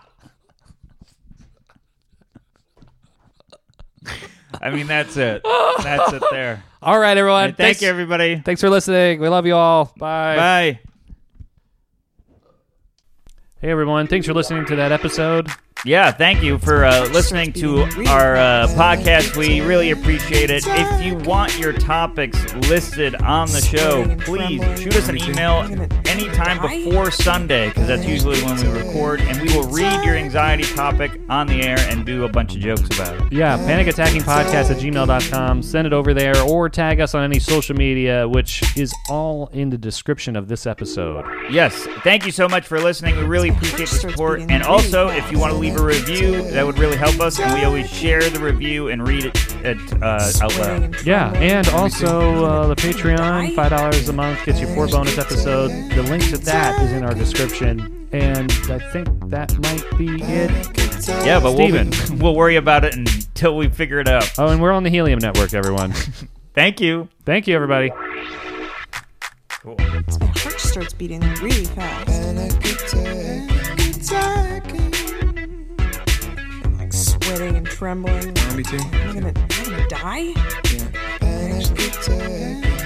S2: mean, that's it. that's it there.
S1: All right, everyone.
S2: And thank
S1: Thanks-
S2: you, everybody.
S1: Thanks for listening. We love you all.
S2: Bye.
S1: Hey, everyone. Thanks for listening to that episode.
S2: Yeah, thank you for uh, listening to our uh, podcast. We really appreciate it. If you want your topics listed on the show, please shoot us an email anytime before Sunday, because that's usually when we record, and we will read your anxiety topic on the air and do a bunch of jokes about it.
S1: Yeah, panicattackingpodcast at gmail.com. Send it over there or tag us on any social media, which is all in the description of this episode.
S2: Yes, thank you so much for listening. We really appreciate the support. And also, if you want to leave a review, that would really help us, and we always share the review and read it at, uh, out loud.
S1: Yeah, and also uh, the Patreon, five dollars a month gets you four bonus episodes. The link to that is in our description, and I think that might be it.
S2: Yeah, but we'll, be-
S1: Steven.
S2: we'll worry about it until we figure it out.
S1: Oh, and we're on the Helium Network, everyone.
S2: Thank you.
S1: Thank you, everybody.
S3: My heart starts beating really fast. I'm like sweating and trembling.
S5: Me too.
S3: I'm gonna, I'm gonna die.
S5: Yeah.
S4: Panic attack.